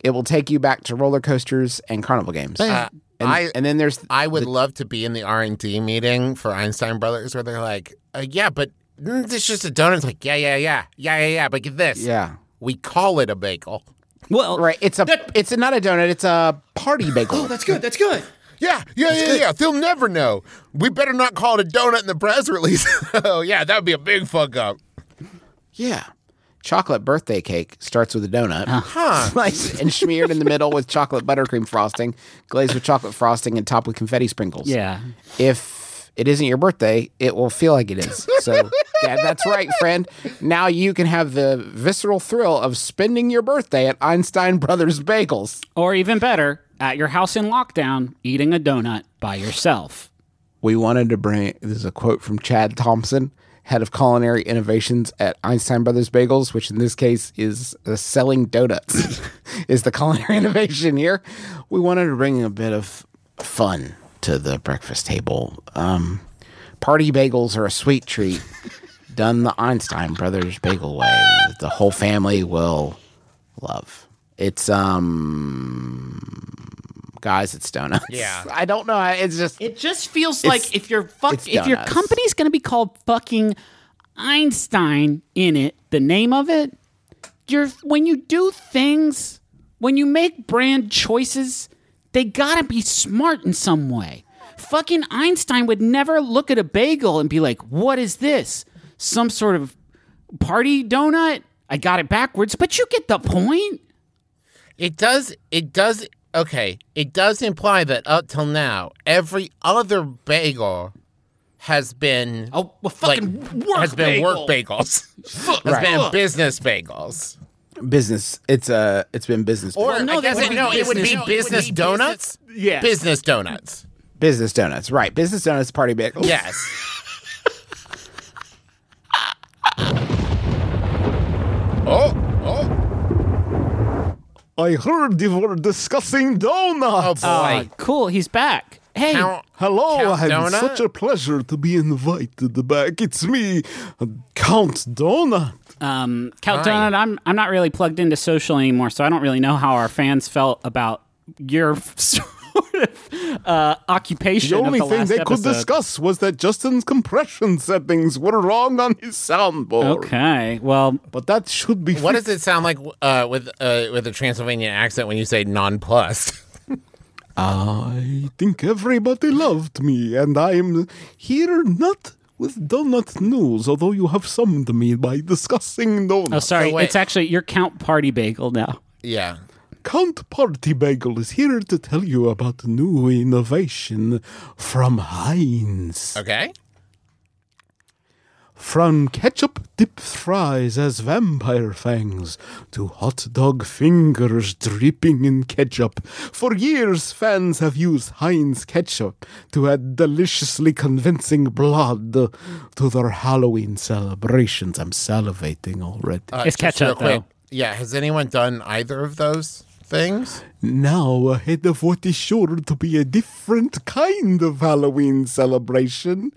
B: It will take you back to roller coasters and carnival games. Uh, and,
C: I-
B: and then there's
C: I would love to be in the R and D meeting for Einstein Brothers where they're like, uh, "Yeah, but mm, it's just a donut." It's like, "Yeah, yeah, yeah, yeah, yeah, yeah." But get this,
B: yeah.
C: we call it a bagel.
D: Well,
B: Right. It's a.
D: That-
B: it's not a donut. It's a party bagel.
H: Oh, that's good. That's good.
C: Yeah, yeah, yeah, yeah. They'll never know. We better not call it a donut in the press release. oh, yeah, that would be a big fuck up.
B: yeah. Chocolate birthday cake starts with a donut, sliced and smeared in the middle with chocolate buttercream frosting, glazed with chocolate frosting, and topped with confetti sprinkles.
D: yeah.
B: If it isn't your birthday, it will feel like it is. So yeah, that's right, friend. Now you can have the visceral thrill of spending your birthday at Einstein Brothers Bagels.
D: Or even better, at your house in lockdown, eating a donut by yourself.
B: We wanted to bring this is a quote from Chad Thompson, head of culinary innovations at Einstein Brothers Bagels, which in this case is uh, selling donuts, is the culinary innovation here. We wanted to bring a bit of fun to the breakfast table. Um, party bagels are a sweet treat done the Einstein Brothers bagel way. that The whole family will love. It's um guys, it's donuts.
C: Yeah.
B: I don't know. It's just
D: It just feels
B: It's-
D: like if your
B: it's
D: fuck if your
B: donuts.
D: company's going to be called fucking Einstein in it, the name of it, you're when you do things, when you make brand choices, they got to be smart in some way. Fucking Einstein would never look at a bagel and be like, "What is this? Some sort of party donut?" I got it backwards, but you get the point.
C: It does. It does. Okay. It does imply that up till now, every other bagel has been
D: Oh, well, fucking work
C: has been
D: bagel.
C: work bagels, has been business bagels.
B: business. It's uh, it's been business.
C: Or
D: no,
C: I
D: they
C: guess
D: would
C: it,
D: be
C: no, it would be
D: business-
C: business, donuts.
D: Yes.
C: business donuts.
B: business donuts, right? Business donuts party bagels.
C: Yes. oh, oh,
B: I heard you were discussing
C: oh
B: donuts.
C: boy!
D: Uh, cool, he's back. Hey,
C: Count-
I: Hello,
C: Count
I: I'm
C: Donut?
I: such a pleasure to be invited back. It's me, Count Donut.
D: Um, Count
C: Fine.
D: Donut, I'm I'm not really plugged into social anymore, so I don't really know how our fans felt about your sort of uh, occupation.
I: The only
D: of the
I: thing
D: last
I: they could
D: episode.
I: discuss was that Justin's compression settings were wrong on his soundboard.
D: Okay, well, oh,
I: But that should be
C: What
I: fixed.
C: does it sound like uh, with uh, with a Transylvanian accent when you say nonplussed?
I: I think everybody loved me, and I am here not with donut news, although you have summoned me by discussing donuts.
D: oh sorry,
C: So wait.
D: it's actually your Count Party Bagel now.
C: yeah.
I: Count Party Bagel is here to tell you about a new innovation from Heinz.
C: Okay.
I: From ketchup dipped fries as vampire fangs to hot dog fingers dripping in ketchup. For years, fans have used Heinz ketchup to add deliciously convincing blood to their Halloween celebrations. I'm salivating already.
D: it's
C: Uh, Just
D: ketchup
C: real
D: though.
C: quick. Yeah. Has anyone done either of those things?
I: Now, ahead of what is sure to be a different kind of Halloween celebration,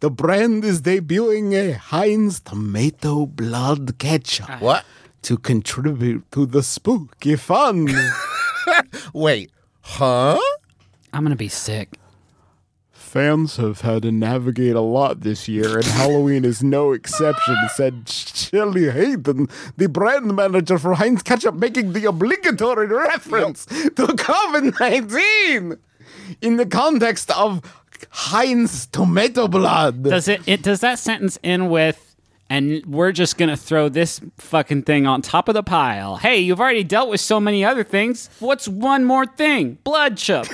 I: the brand is debuting a Heinz tomato blood ketchup
C: What?
I: to contribute to the spooky fun.
C: Wait. Huh?
D: I'm gonna be sick.
I: Fans have had to navigate a lot this year, and Halloween is no exception, said Shelley Hayden, the brand manager for Heinz Ketchup, making the obligatory reference to COVID 19 in the context of Heinz tomato blood.
D: Does it, it? Does that sentence end with? And we're just gonna throw this fucking thing on top of the pile. Hey, you've already dealt with so many other things. What's one more thing? Blood chip.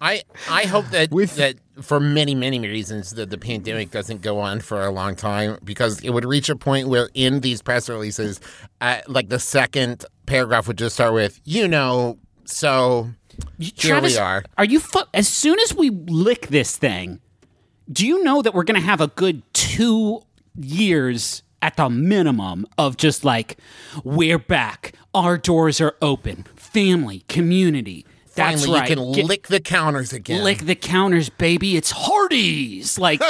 C: I I hope that that for many many reasons that the pandemic doesn't go on for a long time because it would reach a point where in these press releases, uh, like the second paragraph would just start with you know so here
D: Travis,
C: we are.
D: you fu- as soon as we lick this thing? Do you know that we're going to have a good 2 years at the minimum of just like we're back. Our doors are open. Family, community. That's
C: Finally,
D: right.
C: you can
D: Get-
C: lick the counters again.
D: lick the counters, baby. It's Hardee's. Like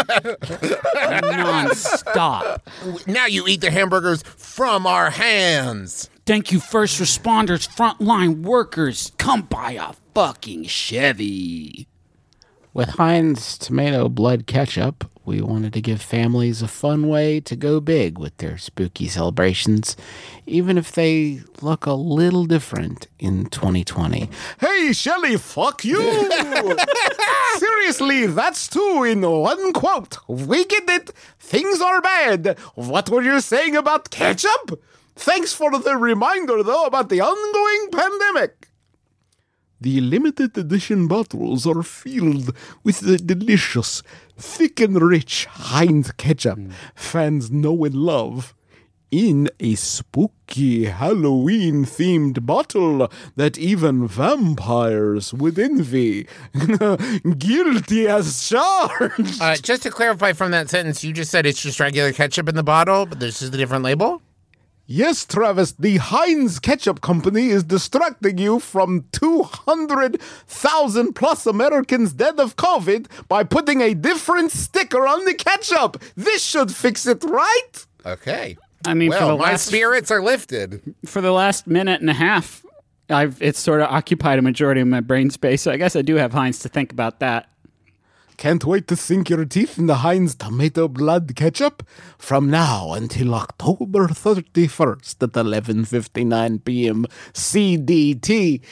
D: nonstop.
C: Now you eat the hamburgers from our hands.
D: Thank you, first responders, frontline workers. Come buy a fucking Chevy.
B: With Heinz tomato blood ketchup, We wanted to give families a fun way to go big with their spooky celebrations, even if they look a little different in 2020.
I: Hey, Shelley, fuck you! Seriously, that's two in one quote. We get it. Things are bad. What were you saying about ketchup? Thanks for the reminder, though, about the ongoing pandemic. The limited edition bottles are filled with the delicious, thick and rich Heinz ketchup fans know and love in a spooky Halloween themed bottle that even vampires would envy. Guilty as charged.
C: Uh, just to clarify from that sentence, you just said it's just regular ketchup in the bottle, but this is a different label.
I: Yes, Travis, the Heinz Ketchup Company is distracting you from 200,000 plus Americans dead of COVID by putting a different sticker on the ketchup. This should fix it, right?
C: Okay.
D: I mean, for
C: well,
D: the
C: my
D: last
C: spirits are lifted.
D: for the last minute and a half, I've it's sort of occupied a majority of my brain space. So I guess I do have Heinz to think about that.
I: Can't wait to sink your teeth in the Heinz tomato blood ketchup from now until October 31st at 11:59 p.m. CDT.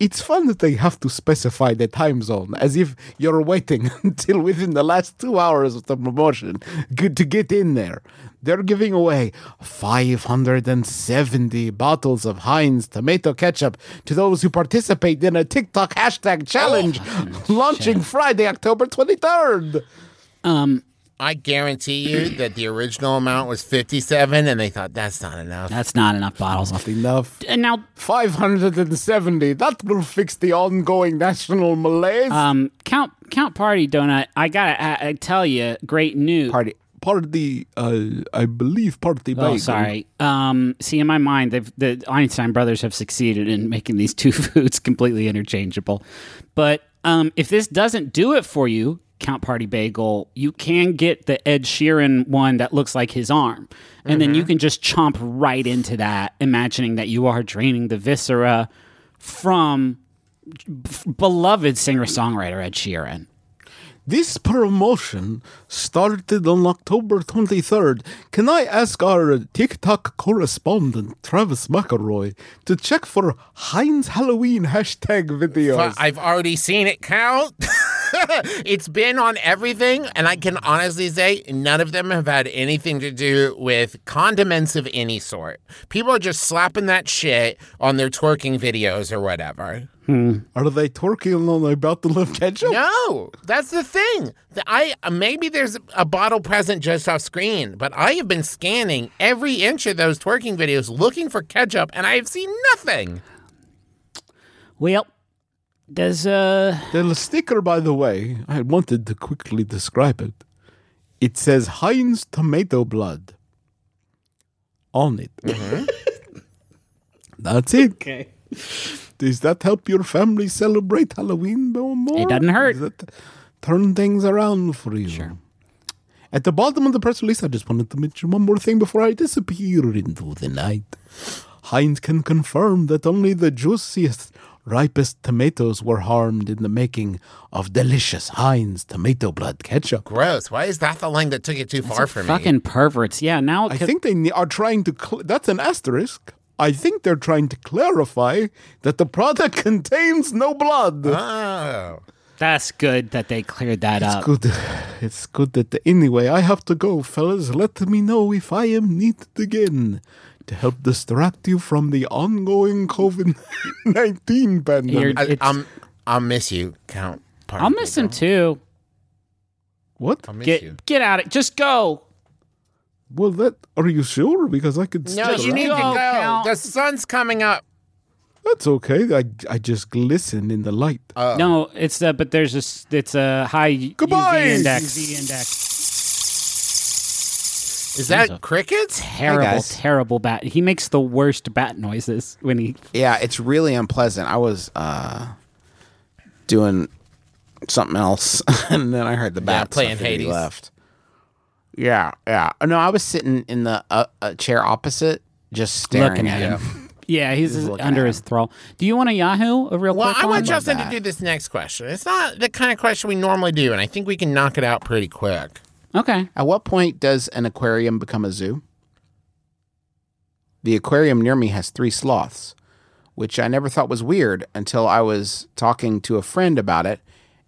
I: It's fun that they have to specify the time zone as if you're waiting until within the last 2 hours of the promotion good to get in there. They're giving away 570 bottles of Heinz tomato ketchup to those who participate in a TikTok hashtag challenge launching Friday, October 23rd.
C: I guarantee you that the original amount was 57, and they thought that's not enough.
D: That's not enough bottles. Left.
I: Enough.
D: And now,
I: 570. That will fix the ongoing national malaise.
D: um, count count party donut. I gotta I, I tell you, great news.
I: party. Party, uh, I believe, party
D: Oh, sorry. Um, see, in my mind, they've, the Einstein brothers have succeeded in making these two foods completely interchangeable. But um, if this doesn't do it for you, Count Party Bagel, you can get the Ed Sheeran one that looks like his arm. And then
C: Mm-hmm.
D: you can just chomp right into that, imagining that you are draining the viscera from b- beloved singer songwriter Ed Sheeran.
I: This promotion started on October 23rd. Can I ask our TikTok correspondent, Travis McElroy, to check for Heinz Halloween hashtag videos?
C: But I've already seen it count. it's been on everything, and I can honestly say none of them have had anything to do with condiments of any sort. People are just slapping that shit on their twerking videos or whatever.
I: Are they twerking on a bottle of ketchup?
C: No, that's the thing. The- I maybe there's a bottle present just off screen, but I have been scanning every inch of those twerking videos looking for ketchup, and I have seen nothing.
D: Well, there's uh,
I: The sticker, by the way, I wanted to quickly describe it. It says Heinz tomato blood on it.
D: Mm-hmm.
I: That's it.
D: Okay.
I: Does that help your family celebrate Halloween more?
D: It doesn't hurt.
I: Does that turn things around for you? Sure. At the bottom of the press release, I just wanted to mention one more thing before I disappear into the night. Heinz can confirm that only the juiciest, ripest tomatoes were harmed in the making of delicious Heinz tomato blood ketchup.
C: Gross. Why is that the line that took it too far for me?
D: fucking perverts. Yeah, now
I: I think they ne- are trying to. Cl- that's an asterisk. I think they're trying to clarify that the product contains no blood.
C: Oh.
D: That's good that they cleared that up.
I: good. It's good that anyway. I have to go, fellas. Let me know if I am needed again to help distract you from the ongoing COVID nineteen
D: You're-
I: pandemic.
C: I,
D: It's-
C: I'm, I'll miss you, Count. Party
D: I'll miss him too.
I: what?
C: I'll miss
D: Get
C: you.
D: get out of Just go.
I: Well, that are you sure? Because I could.
C: No,
I: still-
C: you need to
D: go,
C: go.
D: Count.
C: The sun's coming up.
I: That's okay. I I just glisten in the light.
D: No, it's uh, but there's this. It's a high
I: Goodbye.
D: UV index. UV index.
C: Is that crickets?
D: Terrible,
E: guys.
D: terrible bat. He makes the worst bat noises when he.
E: Yeah, it's really unpleasant. I was uh, doing something else, and then I heard the bat.
C: playing Hades.
E: Left. Yeah, yeah. No, I was sitting in the uh, uh, chair opposite, just staring
D: Looking
E: at
D: at
E: him.
D: Yeah, he's,
E: looking
D: under
E: at
D: his thrall. Do you want a Yahoo? A real
C: Well,
D: quick
C: I
D: one?
C: want Justin to do this next question. It's not the kind of question we normally do, and I think we can knock it out pretty quick.
D: Okay.
B: At what point does an aquarium become a zoo? The aquarium near me has three sloths, which I never thought was weird until I was talking to a friend about it,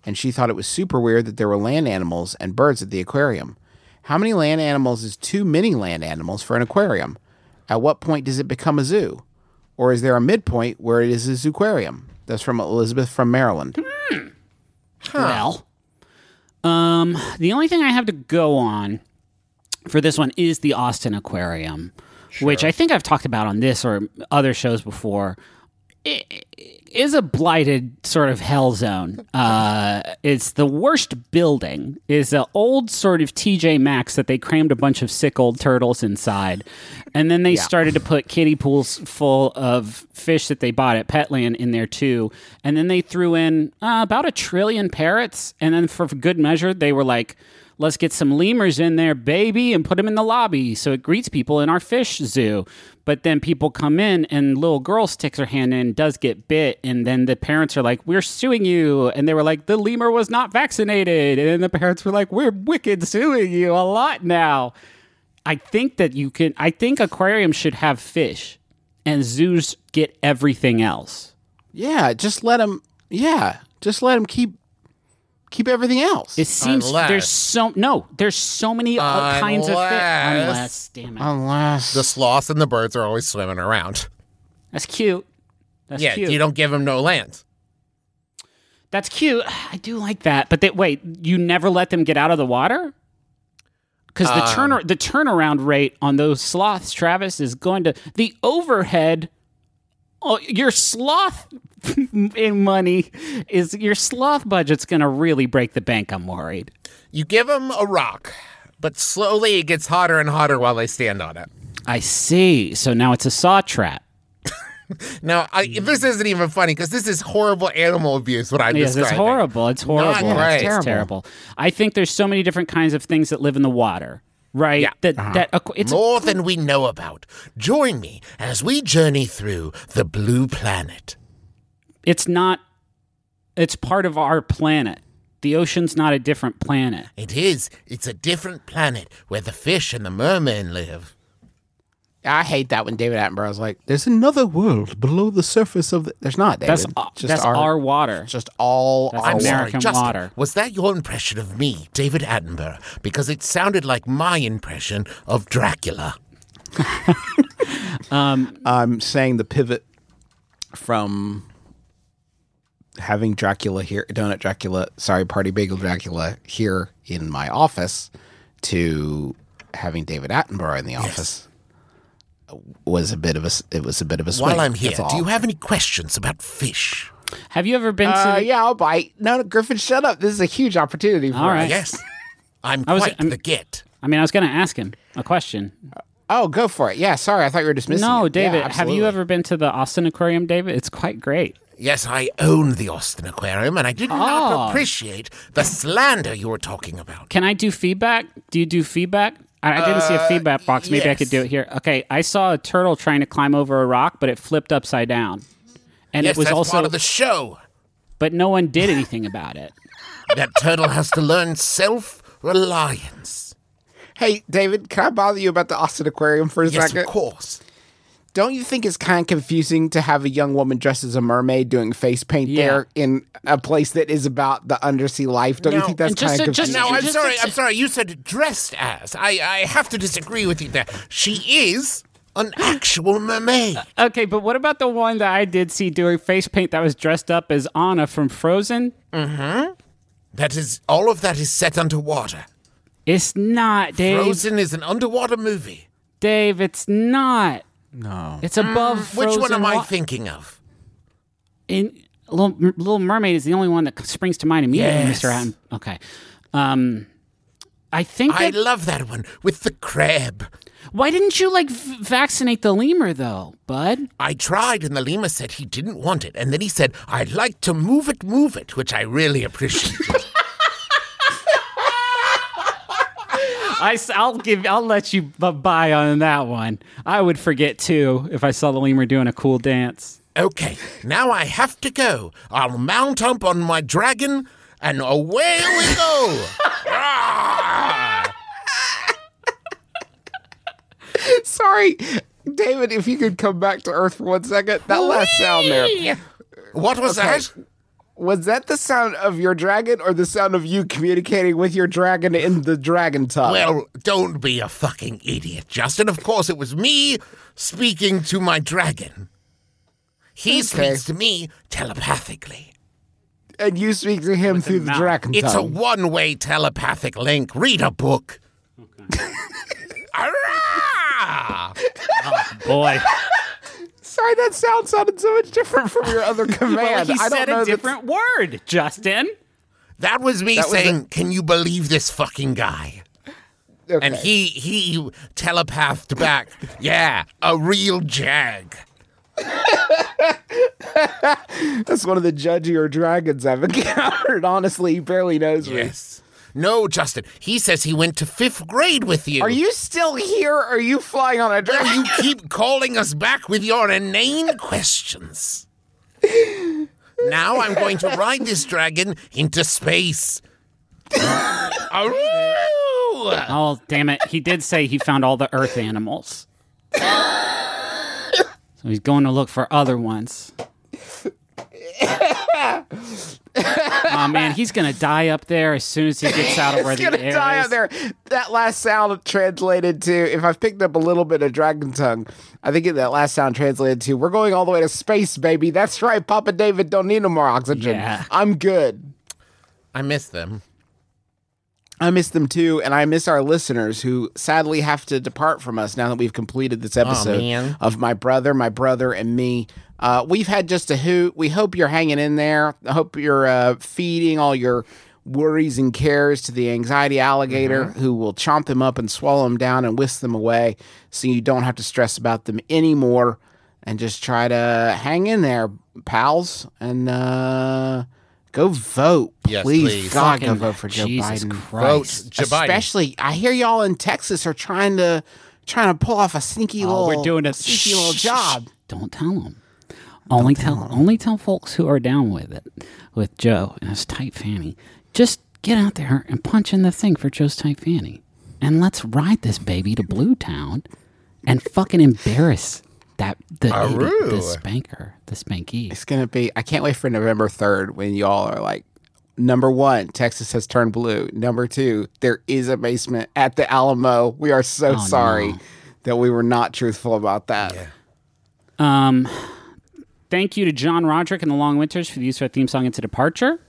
B: and she thought it was super weird that there were land animals and birds at the aquarium. How many land animals is too many land animals for an aquarium? At what point does it become a zoo? Or is there a midpoint where it is a zooquarium? That's from Elizabeth from Maryland.
D: Well, um, the only thing I have to go on for this one is the Austin Aquarium, which I think I've talked about on this or other shows before. I- i- Is a blighted sort of hell zone. Uh, it's the worst building. Is an old sort of TJ Maxx that they crammed a bunch of sick old turtles inside, and then they started to put kiddie pools full of fish that they bought at Petland in there too, and then they threw in uh, about a trillion parrots, and then for good measure they were like let's get some lemurs in there, baby, and put them in the lobby so it greets people in our fish zoo. But then people come in and little girl sticks her hand in, does get bit, and then the parents are like, We're suing you. And they were like, The lemur was not vaccinated. And then the parents were like, We're wicked suing you a lot now. I think that you can, I think aquariums should have fish and zoos get everything else.
B: Yeah, just let them. Yeah, just let them keep keep everything else.
D: It seems there's
C: Unless-
D: so, no, there's so many uh kinds of fish.
C: Unless-
D: Unless, damn it.
B: Unless
C: The sloths and the birds are always swimming around.
D: That's cute. That's
C: yeah,
D: cute.
C: you don't give them no land.
D: That's cute. I do like that. But they, wait, you never let them get out of the water? Because the
C: Um,
D: turner the turnaround rate on those sloths, Travis, is going to the overhead. Oh, your sloth in money is your sloth budget's going to really break the bank. I'm worried.
C: You give them a rock, but slowly it gets hotter and hotter while they stand on it.
D: I see. So now it's a saw trap.
C: Now, I,
D: Mm.
C: this isn't even funny because this is horrible animal abuse. What I'm
D: Yes, it's
C: describing.
D: horrible. It's horrible.
C: Not great.
D: It's terrible. I think there's so many different kinds of things that live in the water. Right. That that aqu- it's
C: More than we know about. Join me as we journey through the blue planet.
D: it's not it's part of our planet the ocean's not a different planet
C: It is. It's a different planet where the fish and the merman live.
B: I hate that when David Attenborough's like, "There's another world below the surface of." The... There's not. David.
D: that's uh, that's our, water
B: Just all.
D: That's
B: our
D: American
B: water.
C: Justin,
D: water.
C: Was that your impression of me, David Attenborough? Because it sounded like my impression of Dracula.
B: I'm saying the pivot from having Dracula here, Donut Dracula, sorry, Party Bagel Dracula here in my office to having David Attenborough in the office was a bit of a s- it was a bit of a swing.
C: While I'm here,
B: That's all.
C: do you have any questions about fish?
D: have you ever been to
B: Uh,
D: the-
B: yeah, I'll bite. No, no, Griffin, shut up. This is a huge opportunity for
D: all
B: us.
D: right
C: Yes. I'm
D: I was-
C: quite
D: I'm-
C: the get.
D: i mean i was gonna ask him a question
B: Oh, go for it. Yeah, sorry, I thought you were dismissing.
D: no
B: it. Yeah,
D: david have you
B: absolutely.
D: ever been to the austin aquarium david it's quite great
C: Yes, I own the Austin Aquarium, and I did
D: Ah.
C: not appreciate the slander you were talking about.
D: Can I do feedback? Do you do feedback? I, I didn't see
B: Uh,
D: a feedback box. Maybe I could
C: yes.
D: do it here. Okay, I saw a turtle trying to climb over a rock, but it flipped upside down, and
C: Yes,
D: it was
C: that's
D: also.
C: part of the show.
D: but no one did anything about it.
C: That turtle has to learn self-reliance.
B: Hey, David, can I bother you about the Austin Aquarium for a
C: Yes,
B: second?
C: of course.
B: Don't you think it's kind of confusing to have a young woman dressed as a mermaid doing face paint
D: Yeah.
B: there in a place that is about the undersea life? Don't you
C: No,
B: think that's
D: and just
B: kind of
D: a- just-
B: confusing?
C: No,
D: You
C: I'm
D: just
C: sorry.
D: ex-
C: I'm sorry. You said dressed as. I, I have to disagree with you there. She is an actual mermaid.
D: Okay, but what about the one that I did see doing face paint that was dressed up as Anna from Frozen?
C: That is all of that is set underwater.
D: It's not, Dave.
C: Frozen is an underwater movie.
D: Dave, it's not. No. Uh, It's above Frozen.
C: Which one am I
D: wa-
C: thinking of?
D: In, Little, Little Mermaid is the only one that springs to mind immediately,
C: Yes.
D: Mr. Hatton. Okay. Um, I think
C: I
D: that-
C: love that one with the crab.
D: Why didn't you like v- vaccinate the lemur though, bud?
C: I tried, and the lemur said he didn't want it, and then he said, "I'd like to move it, move it," which I really appreciated.
D: I, will give I'll let you b- buy on that one. I would forget too if I saw the lemur doing a cool dance.
C: okay, now I have to go. I'll mount up on my dragon, and away we go. Ah!
B: Sorry, David, if you could come back to Earth for one second. That last sound there.
C: What was that?
B: Was that the sound of your dragon or the sound of you communicating with your dragon in the dragon tub?
C: Well, don't be a fucking idiot, Justin. Of course, it was me speaking to my dragon. He speaks to me telepathically.
B: and you speak to him through the
D: mouth.
B: dragon
C: It's a
B: tongue.
C: one way telepathic link. Read a book. Hurrah!
D: Boy,
B: Sorry, that sound sounded so much different from your other command.
D: well, he
B: I don't
D: said
B: know
D: a
B: that-
D: different word, Justin.
C: That was me
B: That was
C: saying, Can you believe this fucking guy?
B: Okay.
C: And he he telepathed back, Yeah, a real jag.
B: That's one of the judgier dragons I've encountered. Honestly, he barely knows me.
C: Yes. No, Justin. He says he went to fifth grade with you.
B: Are you still here? Or are you flying on a dragon?
C: You keep calling us back with your inane questions. Now I'm going to ride this dragon into space. Oh. Aroo!
D: Oh, damn it. He did say he found all the earth animals. so he's going to look for other ones. oh, man. He's going to die up there as soon as he gets out of where the
B: gonna
D: air
B: die
D: is.
B: out there. That last sound translated to, if I've picked up a little bit of dragon tongue, I think that last sound translated to, we're going all the way to space, baby. That's right, Papa David. Don't need no more oxygen.
D: Yeah.
B: I'm good.
C: I miss them.
B: I miss them too, and I miss our listeners who sadly have to depart from us now that we've completed this episode
C: man.
B: of my brother, my brother, and me. Uh, we've had just a hoot. We hope you're hanging in there. I hope you're uh, feeding all your worries and cares to the anxiety alligator
C: Mm-hmm.
B: who will chomp them up and swallow them down and whisk them away so you don't have to stress about them anymore. And just try to hang in there, pals, and uh, go vote.
C: Yes, please.
B: God, go
D: Fucking
B: vote for Joe
D: Jesus
B: Biden
C: Vote
D: Christ.
C: Joe Oh, Biden.
B: especially I hear y'all in Texas are trying to trying to pull off a sneaky
D: Oh,
B: little
D: we're doing a
B: sneaky little job.
D: Don't tell him. Only tell, only tell folks who are down with it, with Joe and his tight fanny. Just get out there and punch in the thing for Joe's tight fanny, and let's ride this baby to Blue Town, and fucking embarrass that the, the, the spanker, the spanky.
B: It's gonna be. I can't wait for November third when y'all are like, number one, Texas has turned blue. Number two, there is a basement at the Alamo. We are so sorry that we were not truthful about that.
D: Um, thank you to John Roderick and the Long Winters for the use of our theme song "Into Departure"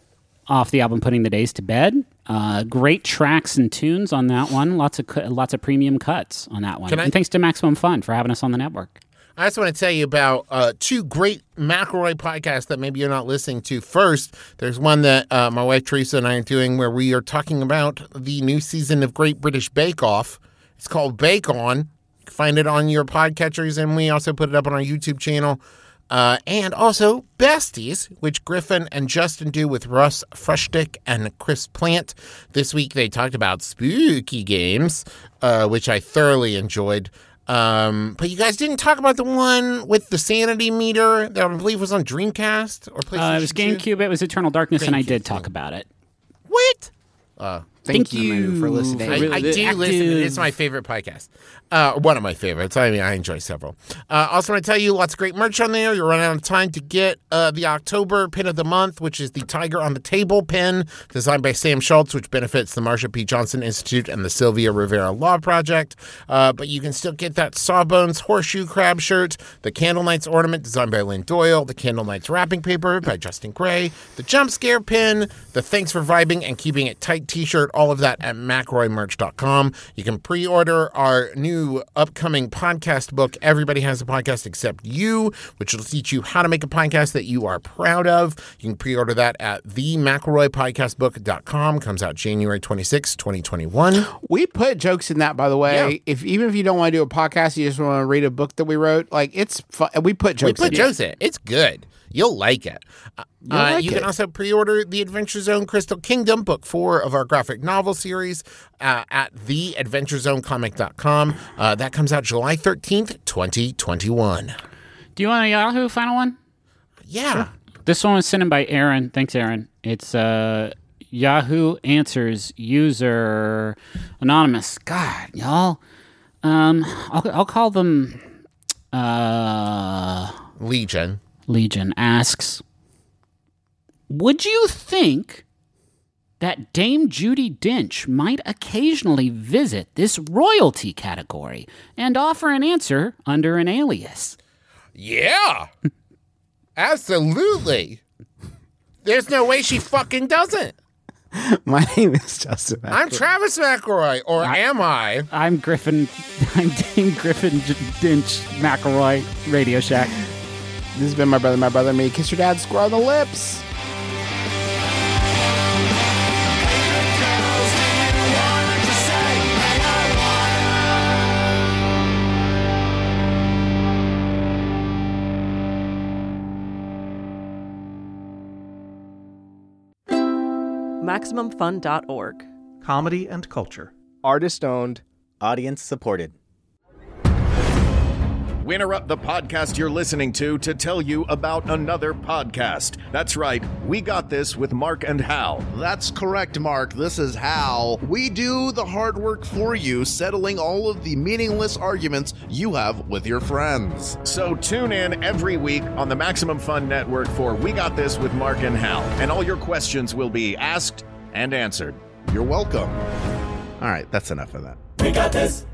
D: off the album "Putting the Days to Bed." Uh, great tracks and tunes on that one. Lots of cu- lots of premium cuts on that one.
C: Can I-
D: and thanks to Maximum Fun for having us on the network.
C: I just want to tell you about uh, two great McElroy podcasts that maybe you're not listening to. First, there's one that uh, my wife Teresa and I are doing where we are talking about the new season of Great British Bake Off. It's called Bake On. You can find it on your podcatchers, and we also put it up on our YouTube channel. Uh, and also Besties, which Griffin and Justin do with Russ Frushtick and Chris Plant. This week they talked about spooky games, uh, which I thoroughly enjoyed. Um, but you guys didn't talk about the one with the sanity meter that I believe was on Dreamcast or PlayStation.
D: Uh, it was
C: 2.
D: GameCube. It was Eternal Darkness, and I did talk about it.
C: What?
B: Thank,
D: Thank
B: you,
D: you
B: for
D: for
B: listening.
C: I, I do listen. to it. It's my favorite podcast. Uh, one of my favorites. I mean, I enjoy several. Uh, also, want to tell you lots of great merch on there. You're running out of time to get uh, the October pin of the month, which is the Tiger on the Table pin designed by Sam Schultz, which benefits the Marsha P. Johnson Institute and the Sylvia Rivera Law Project. Uh, but you can still get that Sawbones Horseshoe Crab shirt, the Candle Knights ornament designed by Lynn Doyle, the Candle Knights wrapping paper by Justin Gray, the Jump Scare pin, the Thanks for Vibing and Keeping It Tight t shirt, all of that at macroymerch.com. You can pre order our new upcoming podcast book, Everybody Has a Podcast Except You, which will teach you how to make a podcast that you are proud of. You can pre order that at themacroypodcastbook.com. Comes out January 26, 2021.
B: We put jokes in that, by the way.
C: Yeah.
B: If even if you don't want to do a podcast, you just want to read a book that we wrote. Like it's fun. We put jokes.
C: Put
B: in it.
C: Joe's in it. It's good. You'll like it. Uh, uh,
B: like
C: you can
B: it.
C: also pre-order the Adventure Zone Crystal Kingdom, book four of our graphic novel series uh, at theadventurezonecomic.com. Uh, that comes out July 13th, 2021.
D: Do you want a Yahoo final one?
C: Yeah.
D: This one was sent in by Aaron. Thanks, Aaron. It's uh, Yahoo Answers user anonymous. God, y'all. Um, I'll, I'll call them. Uh,
J: Legion.
D: Legion asks, Would you think that Dame Judy Dench might occasionally visit this royalty category and offer an answer under an alias?
J: Yeah. Absolutely. There's no way she fucking doesn't.
B: My name is Justin.
J: I'm Travis McElroy, or am I?
D: I'm Griffin. I'm Dame Griffin J- Dench McElroy, Radio Shack.
B: This has been my brother, my brother, and me. Kiss your dad, square on the lips.
G: MaximumFun.org.
K: comedy and culture.
L: Artist owned, audience supported.
M: We interrupt the podcast you're listening to to tell you about another podcast. That's right, we got this with Mark and Hal.
C: That's correct, Mark. This is how we do the hard work for you, settling all of the meaningless arguments you have with your friends.
M: So tune in every week on the Maximum Fun Network for We Got This with Mark and Hal, and all your questions will be asked and answered.
C: You're welcome. All right, that's enough of that.
N: We got this.